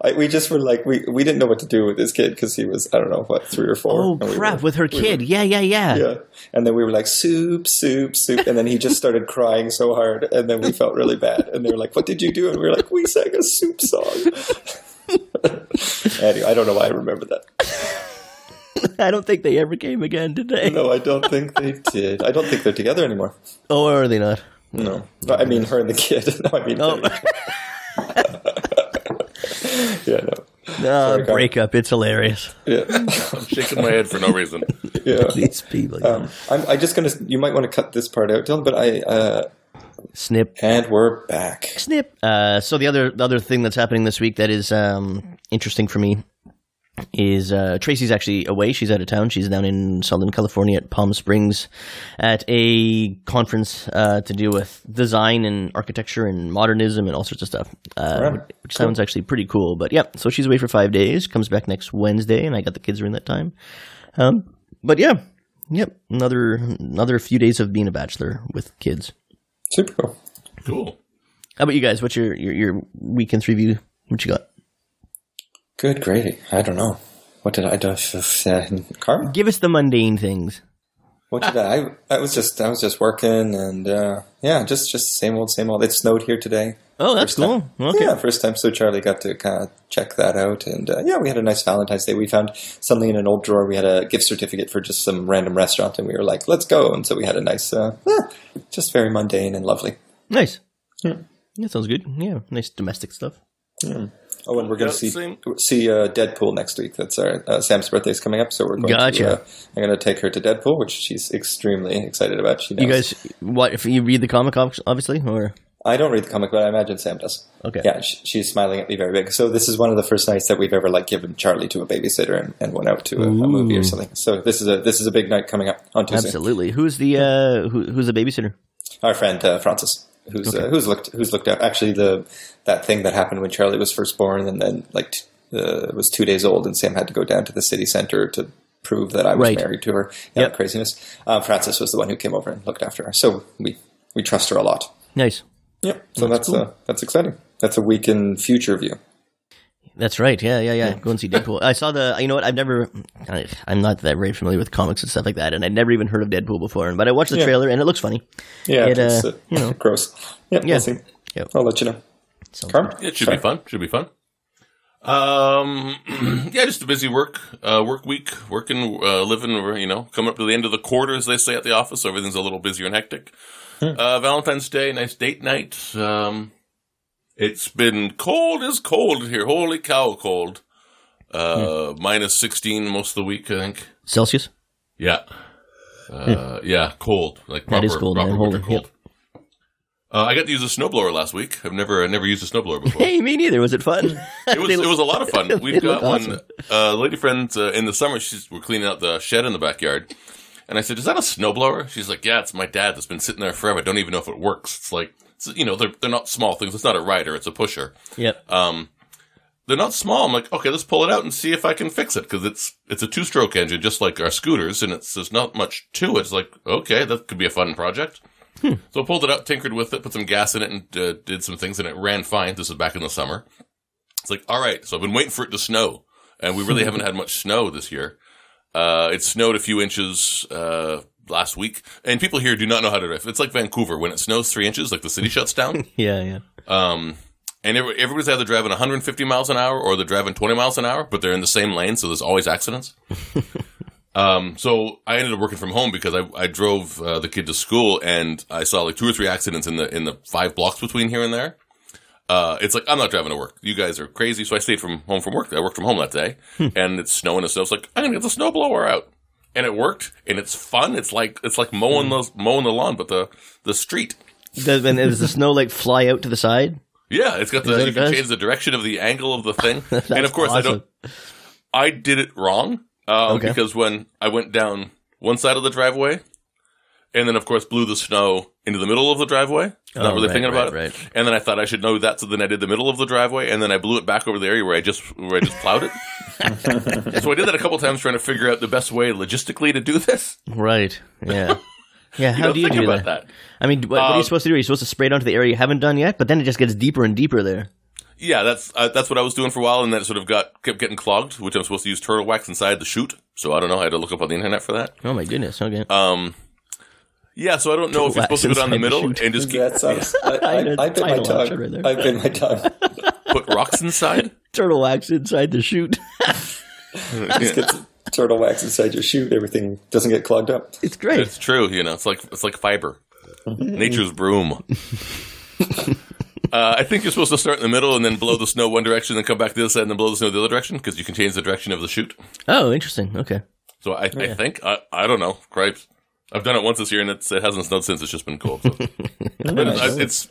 S2: I, we just were like we, we didn't know what to do with this kid because he was I don't know what three or four.
S3: oh
S2: and we
S3: crap!
S2: were-
S3: with her
S2: we were-
S3: kid, yeah, yeah, yeah,
S2: yeah, and then we were like soup, soup, soup, and then he just started crying so hard, and then we felt really bad, and they were like, "What did you do?" And we were like, "We sang a soup song." [LAUGHS] anyway, I don't know why I remember that.
S3: [LAUGHS] I don't think they ever came again today.
S2: No, I don't think they did. I don't think they're together anymore.
S3: Oh, are they not?
S2: No, no I mean her and the kid. [LAUGHS] No, I mean.
S3: Oh.
S2: yeah, no.
S3: No,
S2: Kyle.
S3: breakup. Ah, It's hilarious.
S2: [LAUGHS] Yeah,
S1: I'm shaking my head for no
S2: [LAUGHS]
S1: reason.
S2: yeah.
S3: These people.
S2: Um, I'm, I'm just gonna. You might want to cut this part out, Dylan. But I. Uh,
S3: Snip.
S2: and we're back.
S3: Snip. Uh, so the other the other thing that's happening this week that is um, interesting for me is uh, Tracy's actually away. She's out of town. She's down in Southern California at Palm Springs at a conference uh, to do with design and architecture and modernism and all sorts of stuff, uh,
S2: Right.
S3: which, which sounds actually pretty cool. But yeah, so she's away for five days. Comes back next Wednesday, and I got the kids around that time. Um, but yeah, yep, another another few days of being a bachelor with kids.
S2: Super cool.
S1: Cool.
S3: How about you guys? What's your your, your weekend's review? What you got?
S2: Good gravy. I don't know. What did I do? Uh, Carmen?
S3: Give us the mundane things.
S2: What did I? I was just I was just working and uh, yeah, just just same old same old. It snowed here today.
S3: Oh, that's cool. Okay.
S2: Yeah, first time. So Charlie got to kind of check that out, and uh, yeah, we had a nice Valentine's Day. We found something in an old drawer. We had a gift certificate for just some random restaurant, and we were like, "Let's go!" And so we had a nice, uh, yeah, just very mundane and lovely.
S3: Nice.
S2: Yeah.
S3: That sounds good. Yeah, nice domestic stuff.
S2: Oh, and we're
S1: Yeah,
S2: going to see
S1: same.
S2: see uh, Deadpool next week. That's our uh, Sam's birthday's coming up, so we're going.
S3: Gotcha.
S2: To, uh, I'm going to take her to Deadpool, which she's extremely excited about. She knows.
S3: You guys, what if you read the comic, ob- obviously, or
S2: I don't read the comic, but I imagine Sam does.
S3: Okay.
S2: Yeah, she, she's smiling at me very big. So this is one of the first nights that we've ever like given Charlie to a babysitter and, and went out to a, a movie or something. So this is a this is a big night coming up on Tuesday.
S3: absolutely, who's the uh, who, who's the babysitter?
S2: Our friend uh, Francis, who's uh, who's looked who's looked up. Actually, the that thing that happened when Charlie was first born, and then like t- uh, was two days old, and Sam had to go down to the city center to prove that I was
S3: Right.
S2: married to her. Yeah,
S3: Yep.
S2: craziness. Uh, Francis was the one who came over and looked after her. So we we trust her a lot.
S3: Nice.
S2: Yep. So that's uh, that's exciting. That's a week in future view.
S3: That's right. Yeah, yeah, yeah. Go and see Deadpool. I saw the. You know what? I've never. I, I'm not that very familiar with comics and stuff like that, and I'd never even heard of Deadpool before. But I watched the
S2: Yeah.
S3: trailer, and it looks funny.
S2: Yeah,
S3: It,
S2: it's
S3: uh,
S2: uh, gross. Yep,
S3: Yeah.
S2: we'll see.
S3: Yep.
S2: I'll let you know.
S3: Sounds
S2: Carm?
S1: It should be fun. Should be fun. Um, [CLEARS THROAT] yeah, just a busy work uh, work week, working, uh, living. You know, coming up to the end of the quarter, as they say at the office. So everything's a little busier and hectic.
S3: Hmm.
S1: Uh, Valentine's Day, nice date night. Um, it's been cold as cold here. Holy cow, cold. Uh,
S3: Hmm.
S1: minus sixteen most of the week, I think.
S3: Celsius.
S1: Yeah. Uh, yeah, cold. Like proper,
S3: Hmm. That is cold,
S1: proper
S3: man.
S1: winter
S3: Holy- yep.
S1: cold. Uh, I got to use a snowblower last week. I've never I never used a snowblower before.
S3: Hey, me neither. Was it fun?
S1: It was,
S3: [LAUGHS] They
S1: it was a lot of fun.
S3: [LAUGHS] they
S1: We've got
S3: look
S1: one uh, lady friend uh, in the summer. She's we're cleaning out the shed in the backyard, and I said, "Is that a snowblower?" She's like, "Yeah, it's my dad that's been sitting there forever. I don't even know if it works." It's like it's, you know they're they're not small things. It's not a rider. It's a pusher.
S3: Yep.
S1: Um, they're not small. I'm like, okay, let's pull it out and see if I can fix it because it's it's a two stroke engine just like our scooters, and it's there's not much to it. It's like, okay, that could be a fun project. So I pulled it out, tinkered with it, put some gas in it, and uh, did some things, and it ran fine. This is back in the summer. It's like, all right, so I've been waiting for it to snow, and we really haven't had much snow this year. Uh, it snowed a few inches uh, last week, and people here do not know how to drive. It's like Vancouver when it snows three inches, like the city shuts down.
S3: yeah, yeah.
S1: Um, and every- everybody's either driving 150 miles an hour or they're driving 20 miles an hour, but they're in the same lane, so there's always accidents. um, so I ended up working from home because I, I drove uh, the kid to school and I saw like two or three accidents in the in the five blocks between here and there. Uh, it's like I'm not driving to work. You guys are crazy. So I stayed from home from work. I worked from home that day, and it's snowing and so it's like I'm gonna get the snowblower out, and it worked, and it's fun. It's like it's like mowing those mowing the lawn, but the the street.
S3: Does, and does the snow like fly out to the side?
S1: Yeah, it's got
S3: that
S1: the
S3: what
S1: you
S3: it
S1: can
S3: does?
S1: change the direction of the angle of the
S3: [LAUGHS]
S1: thing. and of course I don't I did it wrong. Uh,
S3: Okay.
S1: because when I went down one side of the driveway and then of course blew the snow into the middle of the driveway. Not
S3: Oh,
S1: really
S3: right,
S1: thinking about it.
S3: right, right.
S1: And then I thought I should know that, so then I did the middle of the driveway and then I blew it back over the area where I just where I just plowed
S3: [LAUGHS]
S1: it. so I did that a couple times trying to figure out the best way logistically to do this.
S3: Right. Yeah. Yeah. How
S1: don't
S3: do you
S1: think
S3: do
S1: about
S3: that?
S1: that.
S3: I mean, what, what are you
S1: Um,
S3: supposed to do? Are you supposed to spray it onto the area you haven't done yet? But then it just gets deeper and deeper there.
S1: Yeah, that's uh, that's what I was doing for a while, and then it sort of got kept getting clogged, which I'm supposed to use turtle wax inside the chute. So I don't know. I had to look up on the internet for that.
S3: Oh my goodness. Okay.
S1: Um, yeah, so I don't know if you're
S3: Turtle
S1: supposed to go
S3: wax
S1: down the
S3: inside the
S1: middle
S3: chute.
S1: and just keep,
S2: That sounds.
S3: [LAUGHS] I
S2: uh, I,
S3: know,
S2: I, I bit my
S3: title watch
S2: tongue.
S3: right there.
S2: I bit my tongue.
S1: put rocks inside.
S3: Turtle wax inside the chute. [LAUGHS]
S2: Just get some turtle wax inside your shoe. Everything doesn't get clogged up.
S3: it's great.
S1: It's true, you know. It's like it's like fiber, nature's broom. Uh, I think you're supposed to start in the middle and then blow the snow one direction, then come back to this side and then blow the snow the other direction because you can change the direction of the chute.
S3: Oh, interesting. Okay.
S1: So I, I think I, I don't know. Cripes, I've done it once this year and it's, it hasn't snowed since. It's just been cold. So. but it's, I- it's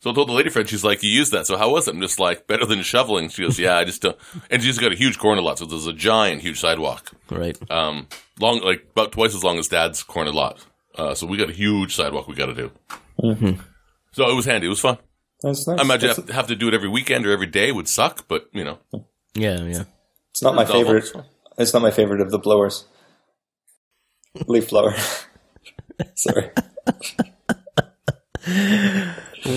S1: so I told the lady friend, she's like, "You used that, so how was it?" I'm just like, "Better than shoveling." She goes, "Yeah, I just don't." And she's got a huge corner lot, so there's a giant, huge sidewalk,
S3: Right.
S1: um, long like about twice as long as Dad's corner lot. Uh, so we got a huge sidewalk we got to do. So it was handy. It was fun.
S2: That's nice.
S1: I imagine
S2: That's-
S1: have, have to do it every weekend or every day would suck, but you know,
S3: Yeah. Yeah.
S2: It's not my
S1: Double.
S2: favorite. It's not my favorite of the blowers. [LAUGHS] Leaf blower. Sorry.
S3: Wow.
S1: [LAUGHS] Oh,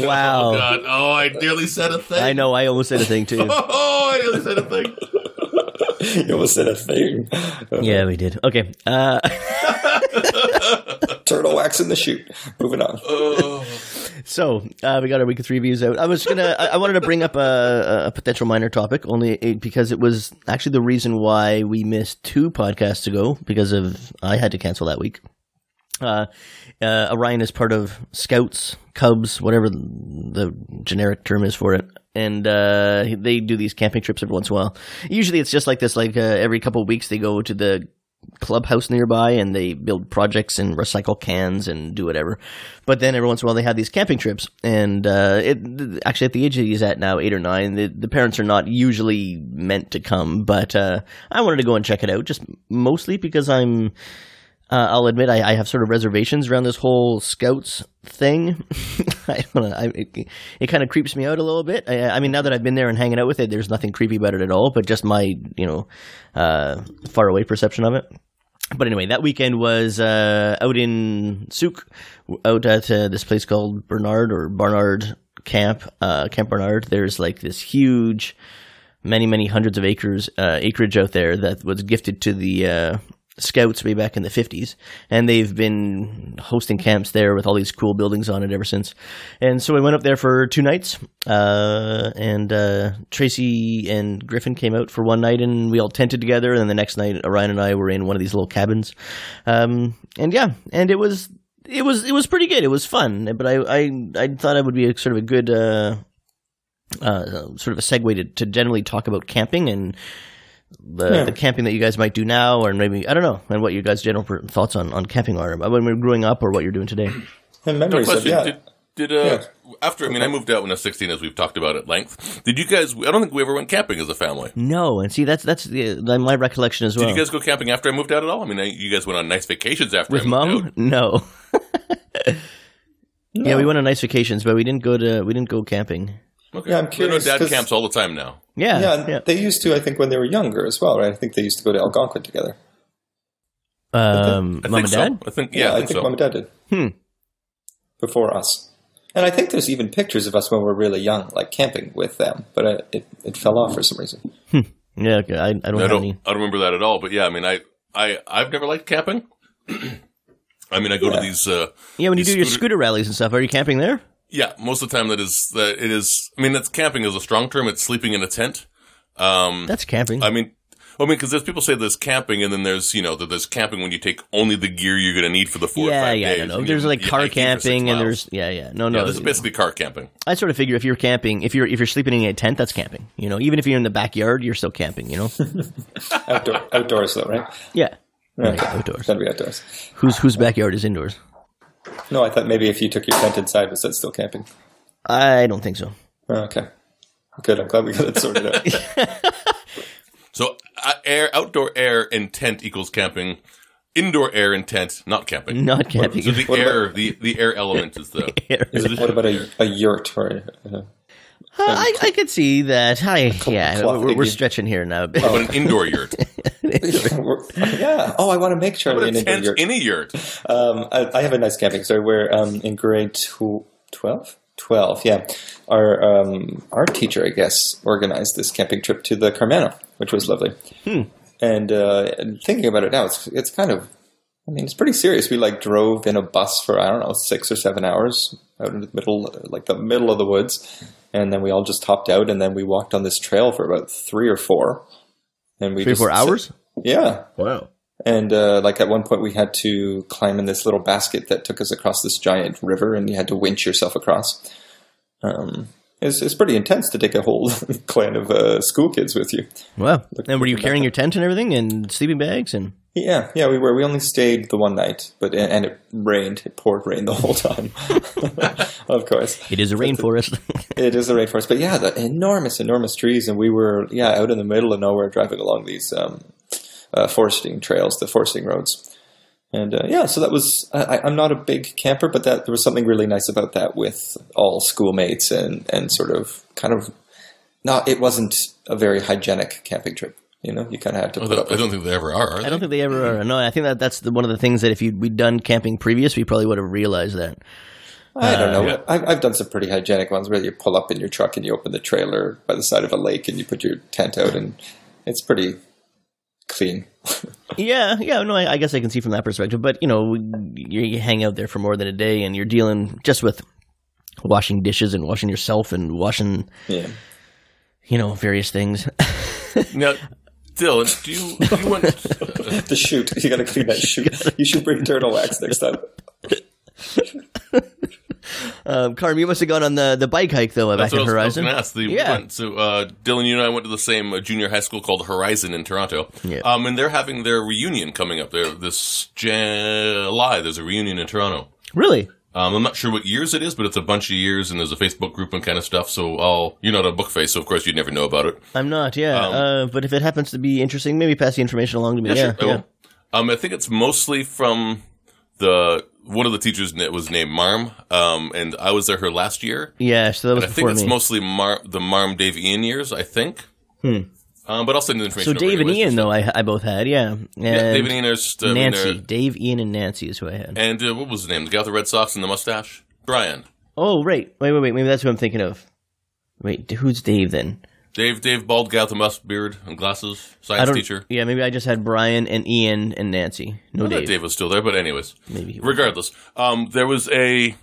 S1: God. Oh, I nearly said a thing.
S3: I know. I almost said a thing too.
S1: [LAUGHS] Oh, I nearly said a thing.
S2: [LAUGHS] you almost said a thing.
S3: yeah, we did. Okay. Uh,
S2: Turtle wax in the chute. Moving on.
S1: Oh.
S3: so uh, we got our week of three views out. I was gonna. I, I wanted to bring up a, a potential minor topic only it, because it was actually the reason why we missed two podcasts ago because of I had to cancel that week. Uh, uh, Orion is part of Scouts, Cubs, whatever the generic term is for it, and uh, they do these camping trips every once in a while. Usually, it's just like this. Like uh, every couple of weeks, they go to the clubhouse nearby and they build projects and recycle cans and do whatever. But then every once in a while, they have these camping trips, and uh, it th- actually at the age that he's at now, eight or nine, the, the parents are not usually meant to come. But uh, I wanted to go and check it out, just mostly because I'm uh, I'll admit I, I have sort of reservations around this whole scouts thing. [LAUGHS] I don't know. I, it it kind of creeps me out a little bit. I, I mean, now that I've been there and hanging out with it, there's nothing creepy about it at all. But just my you know uh, far away perception of it. But anyway, that weekend was uh, out in Souk, out at uh, this place called Bernard or Barnard Camp, uh, Camp Bernard. There's like this huge many many hundreds of acres uh, acreage out there that was gifted to the uh, scouts way back in the 50s and they've been hosting camps there with all these cool buildings on it ever since and so we went up there for two nights uh, and uh, tracy and griffin came out for one night and we all tented together and then the next night orion and i were in one of these little cabins um, and yeah and it was it was it was pretty good it was fun but i i, I thought it would be a, sort of a good uh, uh, sort of a segue to, to generally talk about camping and the,
S2: Yeah.
S3: the camping that you guys might do now, or maybe I don't know, and what your guys' general per- thoughts on, on camping are when we were growing up, or what you're doing
S1: [CLEARS THROAT]
S3: today.
S2: And memories of
S1: Question:
S2: yeah.
S1: Did, did uh, after? I mean, I moved out when I was sixteen, as we've talked about at length. Did you guys? I don't think we ever went camping as a family.
S3: No, and see that's that's the, the- my recollection as well.
S1: Did you guys go camping after I moved out at all? I mean, I, you guys went on nice vacations after
S3: With
S1: I moved
S3: mom?
S1: out.
S3: [LAUGHS] No. Yeah, we went on nice vacations, but we didn't go to we didn't go camping.
S1: Okay.
S2: Yeah,
S1: I
S2: I'm
S1: know
S2: curious,
S1: dad
S2: 'cause-
S1: camps all the time now.
S3: Yeah,
S2: yeah, and
S3: yeah.
S2: they used to. I think when they were younger as well, right? I think they used to go to Algonquin together.
S3: Um,
S1: I
S3: mom and
S1: think
S3: dad.
S1: So. I think yeah, I think, so.
S2: mom and dad did.
S3: Hmm.
S2: Before us, and I think there's even pictures of us when we were really young, like camping with them. But I, it it fell off for some reason.
S3: Yeah, okay, I, I don't
S1: I
S3: have
S1: don't.
S3: any.
S1: I don't remember that at all. But yeah, I mean, I I I've never liked camping. [CLEARS THROAT] I mean, I go to
S2: Yeah.
S1: these. Uh,
S3: Yeah, when you do
S1: These
S3: your
S1: scooter-
S3: scooter rallies and stuff, are you camping there?
S1: Yeah, most of the time that is that it is. I mean, that's camping is a strong term. It's sleeping in a tent. Um,
S3: That's camping.
S1: I mean, I mean, because there's people say there's camping, and then there's you know that there's camping when you take only the gear you're going to need for the four. or
S3: yeah,
S1: five
S3: yeah,
S1: days,
S3: no, no.
S1: and
S3: There's
S1: you-
S3: like
S1: you
S3: car
S1: hike in for six
S3: camping,
S1: miles.
S3: and there's yeah, yeah. No,
S1: yeah,
S3: no.
S1: this is basically car camping.
S3: I sort of figure if you're camping, if you're if you're sleeping in a tent, that's camping. You know, even if you're in the backyard, you're still camping. You know,
S1: [LAUGHS]
S2: Outdoor, outdoors though, right?
S3: yeah,
S2: Right.
S3: outdoors.
S2: Gotta be outdoors.
S3: Whose whose backyard is indoors?
S2: No, I thought maybe if you took your tent inside, was that still camping?
S3: I don't think so.
S2: Oh, okay. Good. I'm glad we got it sorted out.
S3: [LAUGHS]
S1: So uh, air, outdoor air, and tent equals camping. Indoor air and tent, not camping.
S3: Not camping.
S1: So the
S2: What about-
S1: air, the, the air element is
S3: [LAUGHS]
S1: the.
S3: Air.
S1: [LAUGHS] is
S2: what about a, a yurt or a,
S3: Uh, I, I could see that. I, yeah,
S2: cloth
S3: we're, we're
S2: figure.
S3: stretching here now.
S1: But an indoor yurt,
S3: [LAUGHS]
S2: yeah. Oh, I want to make
S1: but
S2: Charlie
S1: a
S2: an indoor
S1: tent
S2: yurt.
S1: in a yurt.
S2: um, I, I have a nice camping story where um, in grade tw- 12? 12, yeah. Our um, art teacher, I guess, organized this camping trip to the Carmano, which was lovely.
S3: Hmm.
S2: And, uh, and thinking about it now, it's, it's kind of, I mean, it's pretty serious. We like drove in a bus for, I don't know, six or seven hours out in the middle, like the middle of the woods. And then we all just hopped out and then we walked on this trail for about three or four. And we
S3: Three or
S2: just
S3: four
S2: sit-
S3: hours.
S2: yeah.
S3: Wow.
S2: And uh, like at one point, we had to climb in this little basket that took us across this giant river, and you had to winch yourself across. Um, it's, it's pretty intense to take a whole [LAUGHS] clan of uh, school kids with you.
S3: Wow. And were you carrying your tent and everything, and sleeping bags, and
S2: Yeah, yeah, we were. We only stayed the one night, but and it rained. It poured rain the whole time. [LAUGHS] of course,
S3: it is a rainforest. [LAUGHS]
S2: It is a rainforest, but yeah, the enormous, enormous trees, and we were yeah out in the middle of nowhere driving along these um, uh, foresting trails, the foresting roads, and uh, yeah, so that was I, I- I'm not a big camper, but that there was something really nice about that with all schoolmates and and sort of kind of not it wasn't a very hygienic camping trip, you know, you kind of had to
S1: I
S2: put up
S1: don't I
S2: with.
S1: don't think they ever are. are
S3: I
S1: they?
S3: don't think they ever are. No, I think that that's the, one of the things that if you we'd done camping previous, we probably would have realized that.
S2: I don't
S3: Uh,
S2: know.
S1: yeah.
S2: I've, I've done some pretty hygienic ones where you pull up in your truck and you open the trailer by the side of a lake and you put your tent out, and it's pretty clean.
S3: Yeah, yeah, no, I, I guess I can see from that perspective. But you know, you, you hang out there for more than a day, and you're dealing just with washing dishes and washing yourself and washing,
S2: Yeah. [LAUGHS]
S3: you know, various things. [LAUGHS]
S1: Now, Dylan, do you, do you
S3: [LAUGHS]
S1: want?
S2: The chute. You got to clean that [LAUGHS] chute. You should bring turtle wax next time.
S3: um, Carm, you must have gone on the, the bike hike though, at
S1: That's
S3: Active
S1: what I was,
S3: Horizon.
S1: I was going to ask. The,
S3: Yeah.
S1: one- So uh, Dylan, you and I went to the same uh, junior high school called Horizon in Toronto.
S3: Yeah.
S1: Um, and they're having their reunion coming up there this July. There's a reunion in Toronto.
S3: Really?
S1: Um, I'm not sure what years it is, but it's a bunch of years, and there's a Facebook group and kind of stuff. So I'll, you're not a book face, so of course you'd never know about it.
S3: I'm not. Yeah,
S1: Um,
S3: uh, but if it happens to be interesting, maybe pass the information along to me. Yeah,
S1: sure, I
S3: yeah.
S1: will. Um, I think it's mostly from the one of the teachers na- was named Marm, um, and I was there her last year.
S3: Yeah, so that was
S1: I think
S3: before
S1: it's
S3: me.
S1: mostly Mar- the Marm Dave Ian years, I think. Um, but I'll send the
S3: Hmm. so
S1: information. over
S3: Dave and
S1: anyways,
S3: Ian,
S1: just-
S3: though, I, I both had. Yeah, and
S1: Yeah, Dave and Ian are just, uh, in
S3: Nancy,
S1: there.
S3: Dave, Ian, and Nancy is who I had.
S1: And uh, what was his name? The guy with the red socks and the mustache, Brian.
S3: Oh, right. Wait, wait, wait. Maybe that's who I'm thinking of. Wait, d- who's Dave then?
S1: Dave, Dave, bald guy with the must beard and glasses,
S3: I
S1: science
S3: don't.
S1: teacher.
S3: Yeah, maybe I just had Brian and Ian and Nancy. No
S1: I thought
S3: Dave.
S1: Dave was still there, but anyways.
S3: Maybe he was.
S1: Regardless, um, there was a.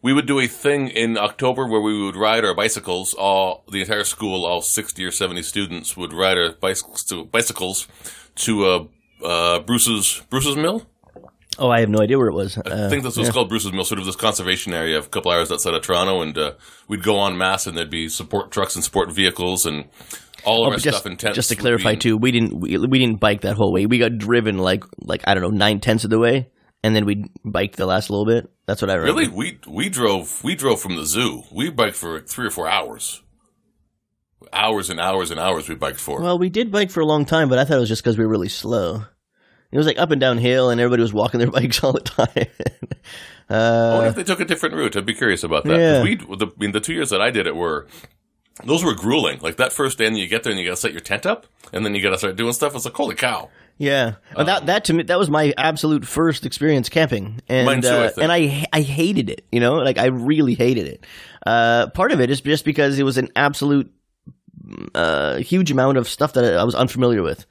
S1: We would do a thing in October where we would ride our bicycles. All the entire school, all sixty or seventy students, would ride our bicycles to bicycles to uh, uh, Bruce's Bruce's Mill.
S3: Oh, I have no idea where it was. Uh,
S1: I think that's what's called Bruce's Mill, sort of this conservation area of a couple hours outside of Toronto, and uh, we'd go en masse, and there'd be support trucks and support vehicles and all of our
S3: Oh, but just,
S1: stuff in tents.
S3: just to
S1: would
S3: clarify
S1: be-
S3: too, we didn't we, we didn't bike that whole way. We got driven like like I don't know nine tenths of the way, and then we biked the last little bit. That's what I remember.
S1: Really, we we drove we drove from the zoo. We biked for three or four hours, hours and hours and hours. We biked for.
S3: Well, we did bike for a long time, but I thought it was just because we were really slow. It was like up and down hill, and everybody was walking their [LAUGHS] bikes all the time.
S1: I wonder
S3: uh,
S1: if they took a different route. I'd be curious about that.
S3: Yeah.
S1: We the, I mean, the two years that I did it were. Those were grueling. Like that first day, and you get there and you gotta set your tent up, and then you gotta start doing stuff. It's like holy cow!
S3: yeah, Uh, that that to me that was my absolute first experience camping, and
S1: Mine too, I
S3: uh,
S1: think.
S3: and I ha- I hated it. You know, like I really hated it. Uh, part of it is just because it was an absolute uh, huge amount of stuff that I was unfamiliar with.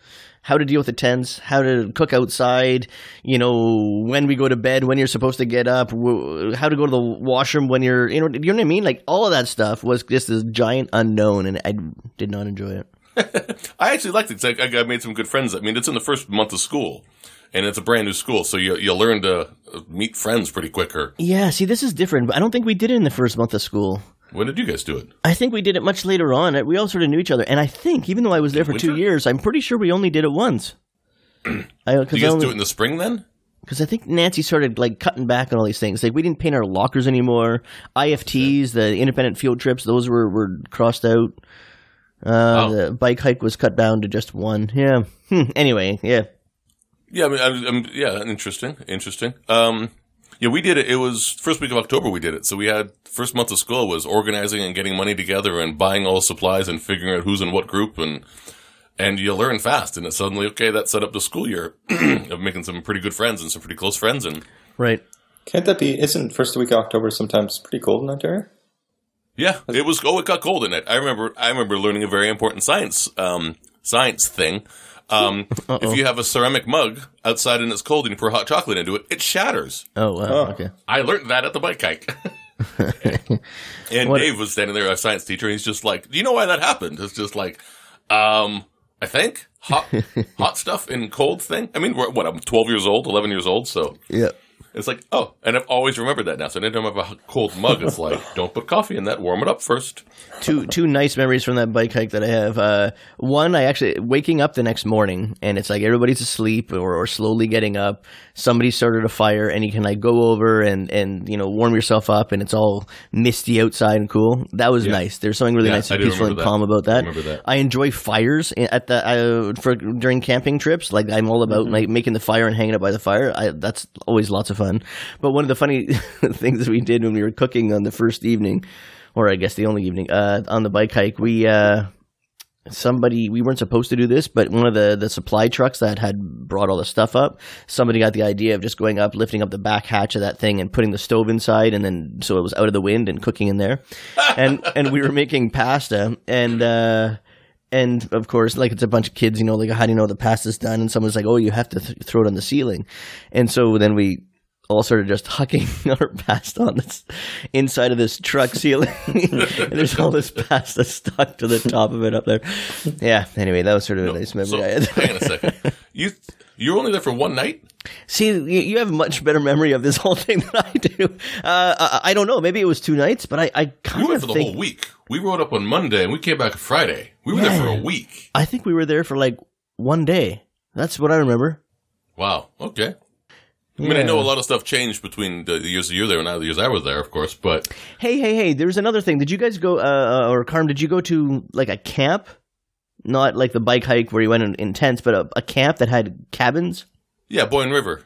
S3: How to deal with the tents, how to cook outside, you know, when we go to bed, when you're supposed to get up, w- how to go to the washroom when you're, you know, you know what I mean? Like all of that stuff was just this giant unknown, and I did not enjoy it.
S1: I actually liked it. 'cause I, I made some good friends. I mean, it's in the first month of school, and it's a brand new school, so you you learn to uh, meet friends pretty quicker.
S3: Yeah, see, this is different, but I don't think we did it in the first month of school.
S1: When did you guys do it?
S3: I think we did it much later on. Uh, We all sort of knew each other, and I think even though I was there for two
S1: Winter?
S3: years, I'm pretty sure we only did
S1: [CLEARS THROAT]
S3: it once. I,
S1: Did you guys do it in the spring then?
S3: because I think Nancy started like cutting back on all these things. Like we didn't paint our lockers anymore. IFTs, the independent field trips, those were were crossed out. Uh,
S1: Oh.
S3: The bike hike was cut down to just one. Yeah. [LAUGHS] Hmm. Anyway, yeah.
S1: Yeah, I mean, I'm, I'm, yeah, interesting, interesting. Um, yeah, we did it. It was first week of October we did it. So we had first month of school was organizing and getting money together and buying all the supplies and figuring out who's in what group and and you learn fast. And it's suddenly okay that set up the school year [CLEARS THROAT] of making some pretty good friends and some pretty close friends. And
S3: Right.
S2: Can't that be? Isn't first week of October sometimes pretty cold in Ontario?
S1: yeah, it was. Oh, it got cold in it. I remember. I remember learning a very important science um, science thing. Um, if you have a ceramic mug outside and it's cold and you pour hot chocolate into it, it shatters.
S3: Oh. Wow.
S2: Oh.
S3: Okay.
S1: I learned that at the bike hike. and Dave was standing there, our science teacher, and he's just like, "Do you know why that happened?" It's just like, um, I think hot, hot stuff in cold thing. I mean, we're, what? I'm 12 years old, 11 years old, so
S3: Yeah.
S1: it's like, oh, and I've always remembered that now. So anytime I have a hot- cold mug, it's like, don't put coffee in that. Warm it up first.
S3: two two nice memories from that bike hike that I have. Uh, one, I actually waking up the next morning and it's like everybody's asleep or, or slowly getting up. Somebody started a fire and you can like go over and and you know warm yourself up and it's all misty outside and cool. That was nice. There's something really
S1: Yeah,
S3: nice
S1: I
S3: and
S1: do
S3: peaceful and
S1: remember that.
S3: calm about that.
S1: remember that.
S3: I enjoy fires i- at the uh, for during camping trips. Like I'm all about like making the fire and hanging out by the fire. I, that's always lots of fun. But one of the funny [LAUGHS] things that we did when we were cooking on the first evening, or I guess the only evening uh, on the bike hike, we uh, somebody we weren't supposed to do this, but one of the the supply trucks that had brought all the stuff up, somebody got the idea of just going up, lifting up the back hatch of that thing, and putting the stove inside, and then so it was out of the wind and cooking in there, and and we were making pasta, and uh, and of course, like it's a bunch of kids, you know, like how do you know the pasta's done? And someone's like, oh, you have to th- throw it on the ceiling, and so then we. All started just [LAUGHS] hucking our pasta on this inside of this truck ceiling. [LAUGHS] and there's all this pasta stuck to the top of it up there. Yeah. Anyway, that was sort of a nice memory.
S1: So,
S3: I had. [LAUGHS]
S1: hang on a second. You you were only there for one night.
S3: See, you- you have much better memory of this [LAUGHS] whole thing than I do. Uh, I, I don't know. Maybe it was two nights, but I, I
S1: We
S3: kind
S1: went
S3: of
S1: for the
S3: think
S1: whole week. We rode up on Monday and we came back Friday. We were there for a
S3: Yeah.
S1: week.
S3: I think we were there for like one day. That's what I remember.
S1: Wow. Okay. I mean, I know a lot of stuff changed between the years that you were there and now the years I was there, of course. But
S3: Hey, hey, hey! There was another thing. Did you guys go, uh, uh, or Carm? Did you go to like a camp? Not like the bike hike where you went in, in tents, but a, a camp that had cabins.
S1: yeah, Boyne River.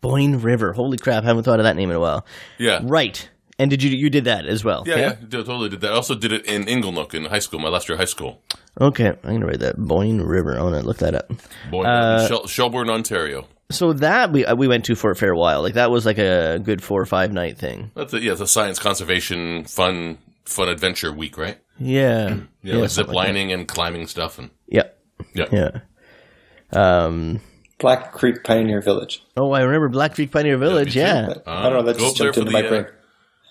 S3: Boyne River. Holy crap! haven't thought of that name in a while.
S1: Yeah.
S3: Right. And did you you did that as well?
S1: Yeah, yeah, d- totally did that. I also did it in Inglenook in high school, my last year of high school.
S3: Okay, I'm gonna write that Boyne River. I'm gonna look that up.
S1: Boyne,
S3: Uh,
S1: Shel- Shelburne, Ontario.
S3: So that we uh, we went to for a fair while. Like that was like a good four or five night thing.
S1: That's a, yeah, it's a science conservation fun fun adventure week, right?
S3: Yeah.
S1: Yeah, like zip
S3: something like that.
S1: lining and climbing stuff and
S3: Yep.
S1: yeah.
S3: Yeah. Um.
S2: Black Creek Pioneer Village.
S3: Oh, I remember Black Creek Pioneer Village. Yeah.
S2: I don't know. That
S1: go
S2: just
S1: up there
S2: jumped
S1: for
S2: into
S1: the,
S2: my
S1: uh,
S2: brain.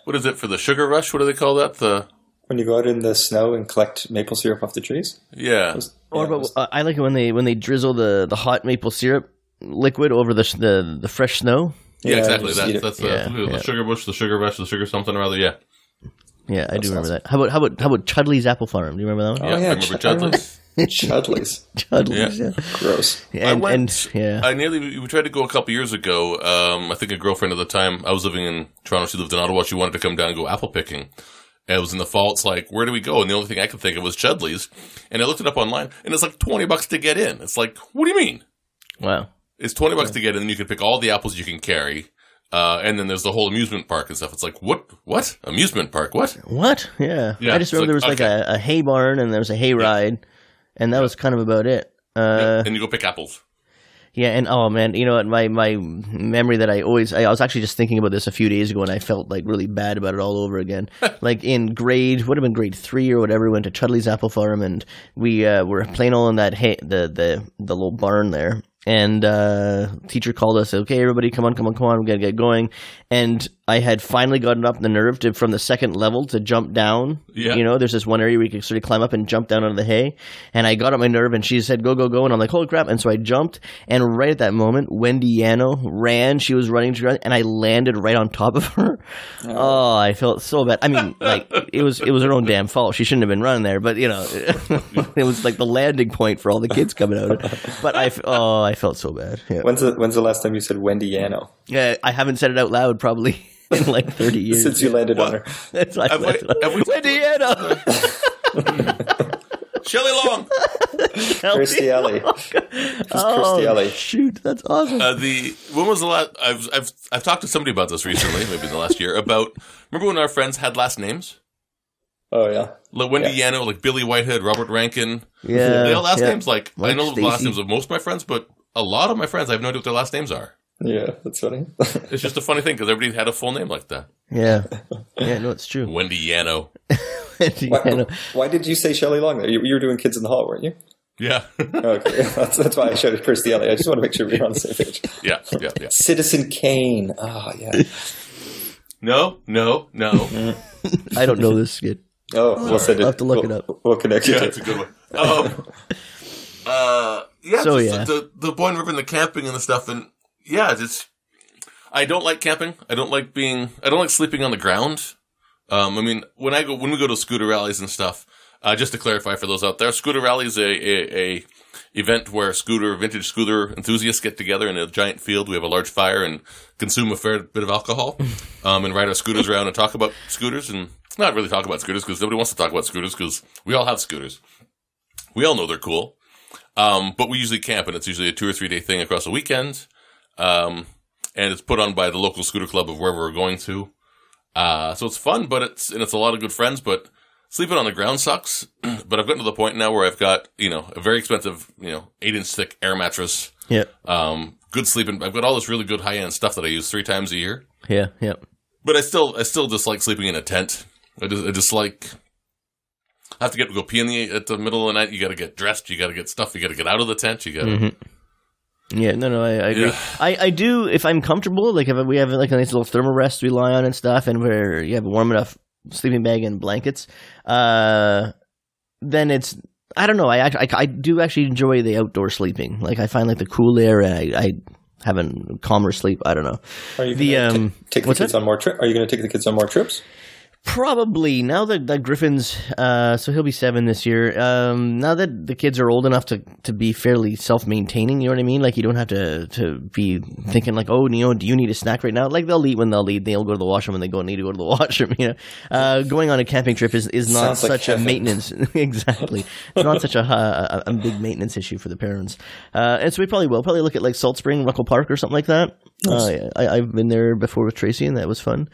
S1: What is it for the sugar rush? What do they call that? The
S2: When you go out in the snow and collect maple syrup off the trees.
S1: yeah,
S3: Or
S2: Yeah, it
S3: but,
S2: was-
S3: uh, I like it when they when they drizzle the, the hot maple syrup liquid over the s- the, the fresh snow.
S1: yeah,
S2: yeah,
S1: exactly.
S2: just
S1: That,
S2: eat it. [LAUGHS]
S1: that's the,
S3: Yeah,
S1: the
S3: yeah.
S1: sugar bush, the sugar rush, the sugar something or other. Yeah,
S3: Yeah, I do remember
S2: awesome.
S3: that. How about how about how about Chudley's Apple Farm? Do you remember that one?
S1: Oh, yeah.
S2: yeah,
S1: I remember
S2: Chud- I remember-
S1: Chudley's.
S2: Chudleys.
S3: [LAUGHS] Chudley's. Yeah.
S2: Gross.
S1: I
S3: And,
S1: went- [LAUGHS]
S3: and yeah.
S1: I nearly we tried to go a couple years ago. Um, I think a girlfriend at the time I was living in Toronto. She lived in Ottawa. She wanted to come down and go apple picking. And it was in the fall. It's like where do we go? And the only thing I could think of was Chudley's. And I looked it up online, and it's like twenty bucks to get in. It's like what do you mean?
S3: wow.
S1: It's twenty bucks to get in. and You can pick all the apples you can carry. Uh, and then there's the whole amusement park and stuff. It's like what? What amusement park? What?
S3: What? Yeah.
S1: Yeah,
S3: I
S1: it's
S3: just remember
S1: like,
S3: there was like a, a hay barn and there was a hay ride, and that was kind of about it. Uh,
S1: and you go pick apples.
S3: yeah. and oh man, you know what? My my memory that I always I, I was actually just thinking about this a few days ago, and I felt like really bad about it all over again. like in grade, would have been grade three or whatever. We went to Chudley's Apple Farm, and we uh, were playing all in that hay, the the the little barn there. And uh, teacher called us. Okay, everybody, come on, come on, come on. We gotta get going. And I had finally gotten up the nerve to from the second level to jump down.
S1: Yeah.
S3: You know, there's this one area where you can sort of climb up and jump down onto the hay. And I got up my nerve and she said, go, go, go. And I'm like, holy crap. And so I jumped. And right at that moment, Wendy Yano ran. She was running to ground and I landed right on top of [LAUGHS] her. Oh, I felt so bad. I mean, like it was, it was her own damn fault. She shouldn't have been running there, but you know, [LAUGHS] it was like the landing point for all the kids coming out. But I, f- oh, I felt so bad. Yeah.
S2: When's the, when's the last time you said Wendy Yano?
S3: Yeah, I haven't said it out loud probably [LAUGHS] in like 30
S2: [LAUGHS]
S3: years. [LAUGHS]
S2: Since you landed on her.
S3: That's like,
S1: Have we- have we-
S3: Wendy [LAUGHS] Yano.
S1: Shelley Long.
S2: Kirstie Alley.
S3: [LAUGHS] Oh,
S2: Kirstie Alley.
S3: Shoot, that's
S1: [LAUGHS]
S3: awesome.
S1: Uh, the when was the last? I've I've I've talked to somebody about this recently, maybe in the last year. About remember when our friends had last names?
S2: Oh, yeah.
S1: Like Wendy Yano, like Billy Whitehead, Robert Rankin.
S3: yeah,
S1: They all last
S3: yeah.
S1: names. Like I
S3: Mike
S1: know the last
S3: Stacy.
S1: names of most of my friends, but a lot of my friends, I have no idea what their last names are.
S2: Yeah, that's funny. [LAUGHS]
S1: It's just a funny thing because everybody had a full name like that.
S3: Yeah, yeah, no, it's true. [LAUGHS]
S1: Wendy Yano.
S2: why,
S3: Indiana.
S2: why did you say Shelley Long there? You, you were doing Kids in the Hall, weren't you?
S1: Yeah, [LAUGHS]
S2: Okay, [LAUGHS] that's, that's why I shouted Kirstie Alley. I just want to make sure we're on the same page.
S1: yeah, yeah, yeah.
S2: Citizen Kane. Oh, yeah.
S1: No, no,
S3: [LAUGHS]
S1: no.
S3: I don't know this skit.
S2: Oh, we'll send it.
S3: I'll have to look
S2: we'll,
S3: it up.
S2: We'll connect
S1: Yeah,
S2: it.
S1: it's a good one. Um, uh, yeah,
S3: So,
S1: just
S3: yeah.
S1: The, the the Boyne River and the camping and the stuff, and yeah, it's. I don't like camping. I don't like being. I don't like sleeping on the ground. Um, I mean, when I go when we go to scooter rallies and stuff, uh, just to clarify for those out there, scooter rally is a, a, a event where scooter vintage scooter enthusiasts get together in a giant field. We have a large fire and consume a fair bit of
S3: [LAUGHS]
S1: alcohol, um, and ride our scooters around and talk about scooters and not really talk about scooters because nobody wants to talk about scooters because we all have scooters. We all know they're cool, um, but we usually camp and it's usually a two or three day thing across a weekend, um, and it's put on by the local scooter club of wherever we're going to. Uh, so it's fun, but it's and it's a lot of good friends. But Sleeping on the ground sucks, [CLEARS THROAT] but I've gotten to the point now where I've got, you know, a very expensive, you know, eight inch thick air mattress.
S3: Yeah.
S1: Um, good sleeping. I've got all this really good high end stuff that I use three times a year,
S3: Yeah. Yeah.
S1: but I still, I still dislike sleeping in a tent. I just, I dislike. I have to get go pee in the at the middle of the night. You got to get dressed. You got to get stuff. You got to get out of the tent. You got to.
S3: Mm-hmm. Yeah, no, no, I, I agree.
S1: Yeah.
S3: I, I do. If I'm comfortable, like if we have like a nice little thermal rest we lie on and stuff, and where you have a warm enough sleeping bag and blankets, uh, then it's I don't know. I, act- I I do actually enjoy the outdoor sleeping. Like I find like the cool air, and I, I have a calmer sleep. I don't know.
S2: Are you
S3: The,
S2: gonna ta-
S3: um,
S2: take the
S3: what's
S2: kids on more trip? Are you going to take the kids on more trips?
S3: Probably now that, that Griffin's, uh, so he'll be seven this year. Um, now that the kids are old enough to, to be fairly self maintaining, you know what I mean? Like you don't have to, to be thinking like, oh, you know, do you need a snack right now? Like they'll eat when they'll eat. They'll go to the washroom when they go need to go to the [LAUGHS] washroom. You know, uh, going on a camping trip is, is not
S2: Sounds like
S3: such a
S2: heaven.
S3: maintenance [LAUGHS] exactly. It's not such a, uh, a a big maintenance issue for the parents. Uh, and so we probably will probably look at like Salt Spring, Ruckle Park, or something like that. Uh, yeah, I, I've been there before with Tracy, and that was fun.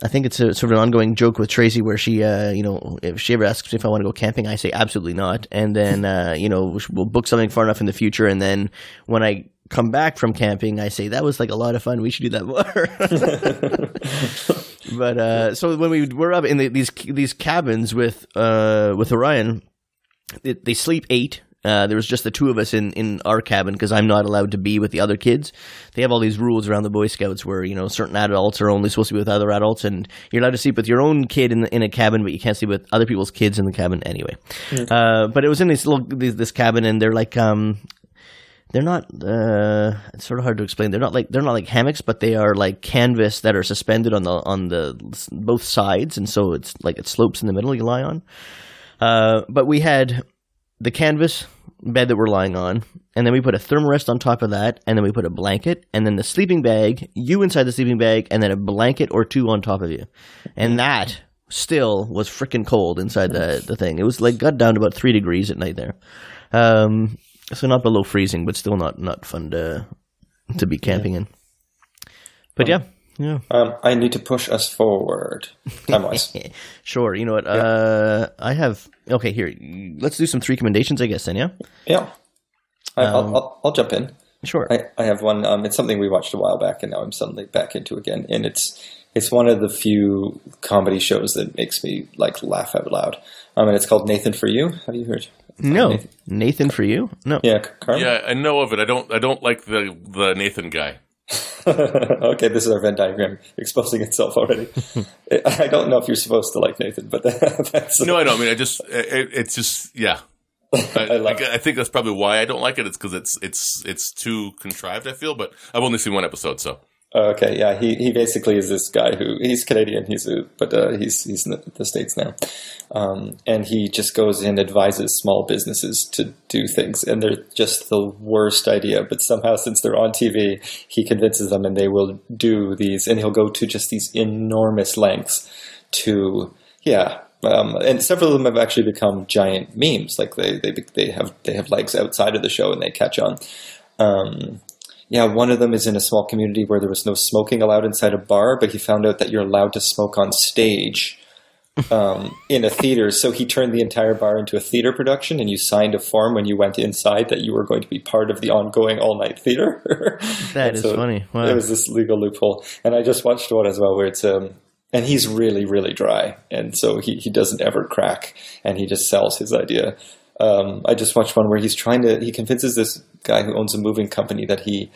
S3: I think it's a sort of an ongoing joke with Tracy where she, uh, you know, if she ever asks me if I want to go camping, I say absolutely not. And then, uh, you know, we'll book something far enough in the future. And then when I come back from camping, I say, that was like a lot of fun. We should do that more. [LAUGHS] but, uh, so when we were up in the, these, these cabins with, uh, with Orion, they, they sleep eight. Uh, there was just the two of us in, in our cabin because I'm not allowed to be with the other kids. They have all these rules around the Boy Scouts where you know certain adults are only supposed to be with other adults, and you're allowed to sleep with your own kid in the, in a cabin, but you can't sleep with other people's kids in the cabin anyway. Uh, but it was in this little this, this cabin, and they're like um, they're not uh, it's sort of hard to explain they're not like they're not like hammocks but they are like canvas that are suspended on the on the both sides and so it's like it slopes in the middle you lie on uh, but we had the canvas bed that we're lying on and then we put a thermarest on top of that and then we put a blanket and then the sleeping bag you inside the sleeping bag and then a blanket or two on top of you and that still was freaking cold inside the, the thing it was like got down to about three degrees at night there um, so not below freezing, but still not not fun to to be camping in. But yeah, yeah,
S2: Um, I need to push us forward time
S3: [LAUGHS]
S2: wise.
S3: sure. You know what? Uh, I have okay. Here, let's do some three commendations, I guess. Then yeah,
S2: yeah, I,
S3: Um,
S2: I'll, I'll, I'll jump in.
S3: sure.
S2: I, I have one. Um, it's something we watched a while back, and now I'm suddenly back into again. And it's it's one of the few comedy shows that makes me like laugh out loud. Um, and it's called Nathan for You. Have you heard?
S3: no,
S2: Nathan.
S3: Nathan. for you. No,
S2: Yeah, Carmen.
S1: Yeah, I know of it. I don't. I don't like the the Nathan guy.
S2: [LAUGHS] okay, this is our Venn diagram exposing itself already. I I don't know if you're supposed to like Nathan, but [LAUGHS] that's
S1: No, I don't. I mean, I just. It, it's just. Yeah. I,
S2: I love
S1: I, I think that's probably why I don't like it. It's because it's it's it's too contrived. I feel, but I've only seen one episode, so
S2: Oh, Okay, yeah, he, he basically is this guy who he's Canadian, he's a, but uh, he's he's in the, the states now, um, and he just goes and advises small businesses to do things, and they're just the worst idea. But somehow, since they're on TV, he convinces them, and they will do these, and he'll go to just these enormous lengths to yeah. Um, and several of them have actually become giant memes. Like they, they they have they have legs outside of the show, and they catch on. Um, yeah, one of them is in a small community where there was no smoking allowed inside a bar, but he found out that you're allowed to smoke on
S3: [LAUGHS]
S2: stage um, in a theater. So he turned the entire bar into a theater production, and you signed a form when you went inside that you were going to be part of the ongoing all night theater. [LAUGHS]
S3: That
S2: And
S3: is funny. Wow.
S2: There was this legal loophole. And I just watched one as well where it's. Um, and he's really, really dry. And so he, he doesn't ever crack, and he just sells his idea. Um, I just watched one where he's trying to. He convinces this guy who owns a moving company that he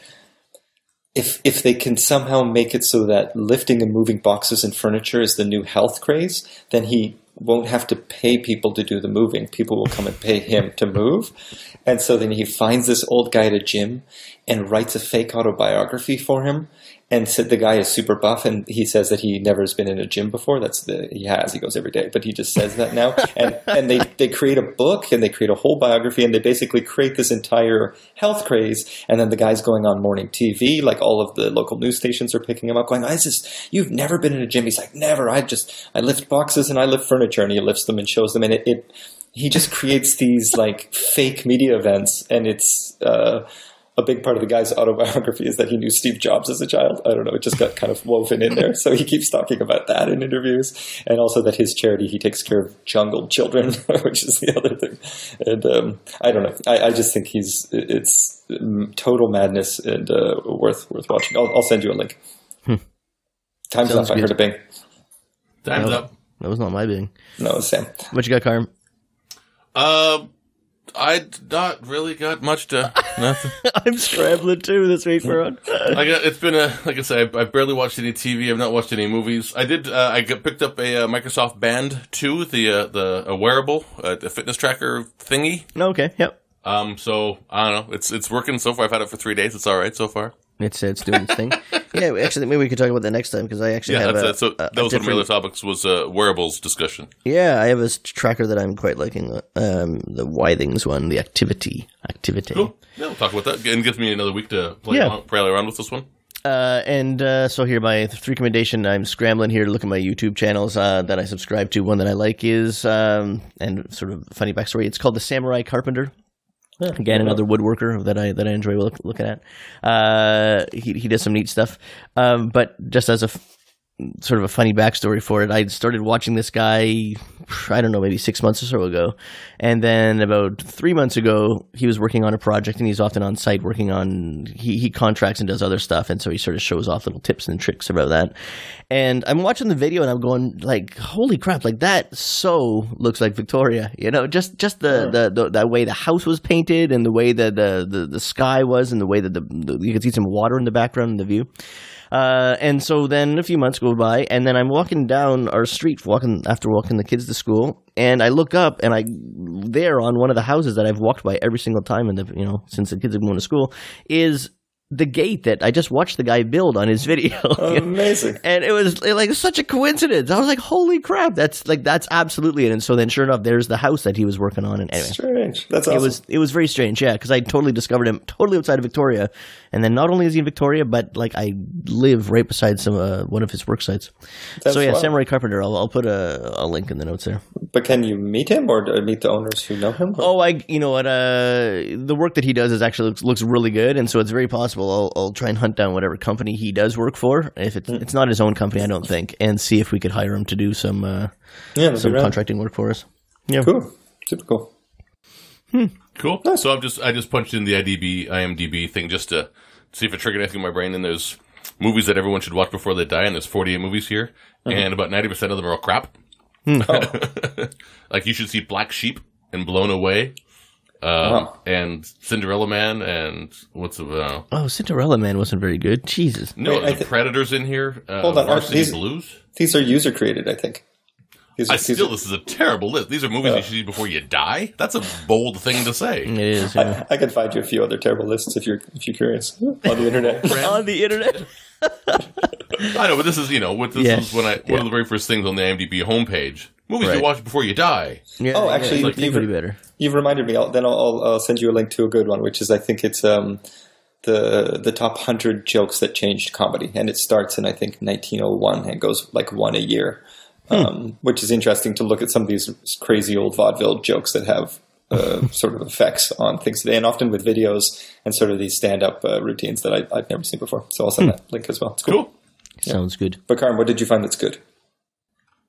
S2: if if they can somehow make it so that lifting and moving boxes and furniture is the new health craze, then he won't have to pay people to do the moving. People will come and pay him to move. And so then he finds this old guy at a gym and writes a fake autobiography for him. And said the guy is super buff, and he says that he never has been in a gym before. That's the he has. He goes every day, but he just says that now. And and they they create a book and they create a whole biography and they basically create this entire health craze. And then the guy's going on morning TV, like all of the local news stations are picking him up, going, "I just you've never been in a gym." He's like, "Never. I just I lift boxes and I lift furniture," and he lifts them and shows them, and it. it he just creates these like fake media events, and it's uh, a big part of the guy's autobiography is that he knew Steve Jobs as a child. I don't know, it just got kind of woven in
S3: [LAUGHS]
S2: there. So he keeps talking about that in interviews, and also that his charity he takes care of jungle children, [LAUGHS] which is the other thing. And um, I don't know, I, I just think he's it's um, total madness and uh, worth worth watching. I'll, I'll send you a link. Time's
S3: Hmm. Sounds
S2: up. I
S3: good.
S2: heard a bing.
S1: Time's
S3: No.
S1: up.
S3: That was not my bing.
S2: No, Sam.
S3: What you got, Carm? [LAUGHS]
S1: Um, I not really got much to. Nothing.
S3: I'm scrambling too this week, [LAUGHS] Ron.
S1: I got, it's been a like I said. I, I barely watched any TV. I've not watched any movies. I did. Uh, I got, picked up a uh, Microsoft Band Two, the uh, the a wearable, uh, the fitness tracker thingy.
S3: no, okay, yep.
S1: Um, so I don't know. It's it's working so far. I've had it for three days. It's all right so far.
S3: It's it's doing its thing. yeah, actually, maybe we could talk about that next time because I actually
S1: Yeah,
S3: have
S1: that's,
S3: a,
S1: that's so
S3: a- a
S1: that was one of my
S3: different-
S1: other topics was uh, wearables discussion.
S3: Yeah, I have a s- tracker that I'm quite liking. Um, the Withings one, the activity, activity.
S1: Cool. Yeah, we'll talk about that and gives me another week to play
S3: Yeah.
S1: around, play around with this one.
S3: Uh, and uh, so here, my th- recommendation. I'm scrambling here to look at my YouTube channels uh, that I subscribe to. One that I like is um, and sort of funny backstory. It's called the Samurai Carpenter. Again, another woodworker that I that I enjoy look, looking at. Uh, he he does some neat stuff. Um, but just as a f- sort of a funny backstory for it, I started watching this guy. I don't know, maybe six months or so ago, and then about three months ago, he was working on a project, and he's often on site working on. He he contracts and does other stuff, and so he sort of shows off little tips and tricks about that. And I'm watching the video, and I'm going like, "Holy crap! Like that so looks like Victoria, you know? Just just the the, the that way the house was painted, and the way that the the, the sky was, and the way that the, the you could see some water in the background in the view." Uh, and so then a few months go by, and then I'm walking down our street, walking after walking the kids to school, and I look up, and I there on one of the houses that I've walked by every single time, and the you know since the kids have gone to school is the gate that I just watched the guy build on his [LAUGHS] video.
S2: Oh. Amazing.
S3: and it was it, like such a coincidence. I was like, "Holy crap! That's like that's absolutely it." And so then, sure enough, there's the house that he was working on. And anyway,
S2: Strange. That's awesome.
S3: it was it was very strange, yeah, because I totally discovered him totally outside of Victoria, and then not only is he in Victoria, but like I live right beside some uh, one of his work sites.
S2: That's
S3: so yeah,
S2: wild.
S3: Samurai Carpenter. I'll, I'll put a, a link in the notes there.
S2: But can you meet him or do- meet the owners who know him?
S3: Oh, I you know what? Uh, the work that he does is actually looks, looks really good, and so it's very possible I'll, I'll try and hunt down whatever company he does work for. If it's it's not his own company, I don't think, and see if we could hire him to do some uh,
S2: yeah, that'd be
S3: some
S2: rad.
S3: contracting work for us. Yeah.
S2: Cool. Super cool.
S1: Cool. So I'm just I just punched in the IDB IMDb thing just to see if it triggered anything in my brain. And there's movies that everyone should watch before they die. And there's 48 movies here, and about 90 percent of them are all crap. [LAUGHS] like you should see Black Sheep and Blown Away, um,
S2: Wow.
S1: and Cinderella Man, and what's the uh,
S3: Oh, Cinderella Man wasn't very good. Jesus.
S1: no
S2: Wait, I
S1: the
S2: thi-
S1: Predators in here. Uh,
S2: Hold on, aren't
S1: Varsity
S2: these-
S1: Blues.
S2: These are user created, I think. These are,
S1: I
S2: these
S1: still
S2: are-
S1: this is a terrible list. These are movies you should see before you die. That's a bold thing to say.
S3: It is. Yeah.
S2: I can find you a few other terrible lists if you're if you're curious on
S1: [LAUGHS]
S2: the internet.
S3: [LAUGHS] On the internet.
S1: I know, but this is you know, what this
S3: Yeah.
S1: is when I one of the very first things on the IMDb homepage. Movies
S3: Right.
S1: you watch before you die.
S3: Yeah,
S2: Oh, actually,
S3: yeah,
S2: you-
S3: it's
S2: you-
S3: pretty better.
S2: You've reminded me. I'll, then I'll, I'll, I'll send you a link to a good one, which is I think it's um, the the top hundred jokes that changed comedy, and it starts in I think 1901 and goes like one a year,
S1: Hmm.
S2: um, which is interesting to look at some of these crazy old vaudeville jokes that have.
S1: [LAUGHS]
S2: Uh, sort of effects on things today, and often with videos and sort of these stand-up uh, routines that I, I've never seen before. So I'll send
S1: Hmm.
S2: that link as well. It's cool.
S1: Cool.
S3: Sounds good.
S2: But Karim, what did you find that's good?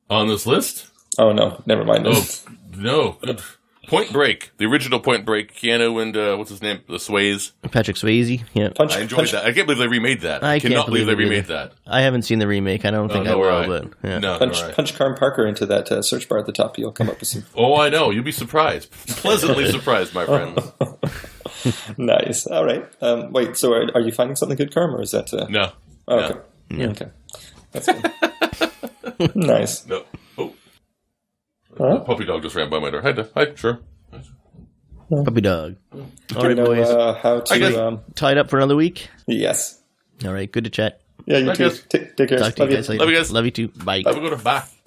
S1: On this list?
S2: Oh no, never mind.
S1: Oh no. Good. Point Break. The original Point Break. Keanu and uh, what's his name? The Sways.
S3: Patrick Swayze. Yeah.
S2: [LAUGHS] Punch,
S1: I enjoyed
S2: punch-
S1: that. I can't believe they remade that.
S3: I
S1: I
S3: can't
S1: cannot believe they
S3: believe they
S1: remade
S3: did.
S1: that. Uh,
S3: I haven't seen the remake. I don't think I
S1: Oh, nor
S3: will,
S1: I.
S3: but yeah.
S1: No,
S2: Punch,
S1: nor I.
S2: punch Karm Parker into that uh, search bar at the top. You'll come up with some
S1: Oh, I know. You'd be surprised. Pleasantly surprised, my friend.
S2: Nice. All right. Um, wait. So, are, are you finding something good, Karm, or is that? Uh,
S1: No.
S2: oh,
S1: No.
S2: okay. Okay. That's good. nice.
S1: No. Oh.
S2: Huh?
S1: The puppy dog just ran by my door. Hi, Da- hi, sure.
S3: Puppy dog. All
S2: Do you
S3: right,
S2: know
S3: boys.
S2: uh, how to?
S1: guess-
S2: um,
S3: Tied up for another week.
S2: yes.
S3: All right. Good to chat.
S2: Yeah. You
S1: I
S2: too.
S1: guess-
S2: Take, take care.
S3: Talk to you
S2: Love
S3: guys
S2: you.
S3: later.
S1: Love you guys.
S3: Love you too. Bye.
S1: Have a good one. Bye.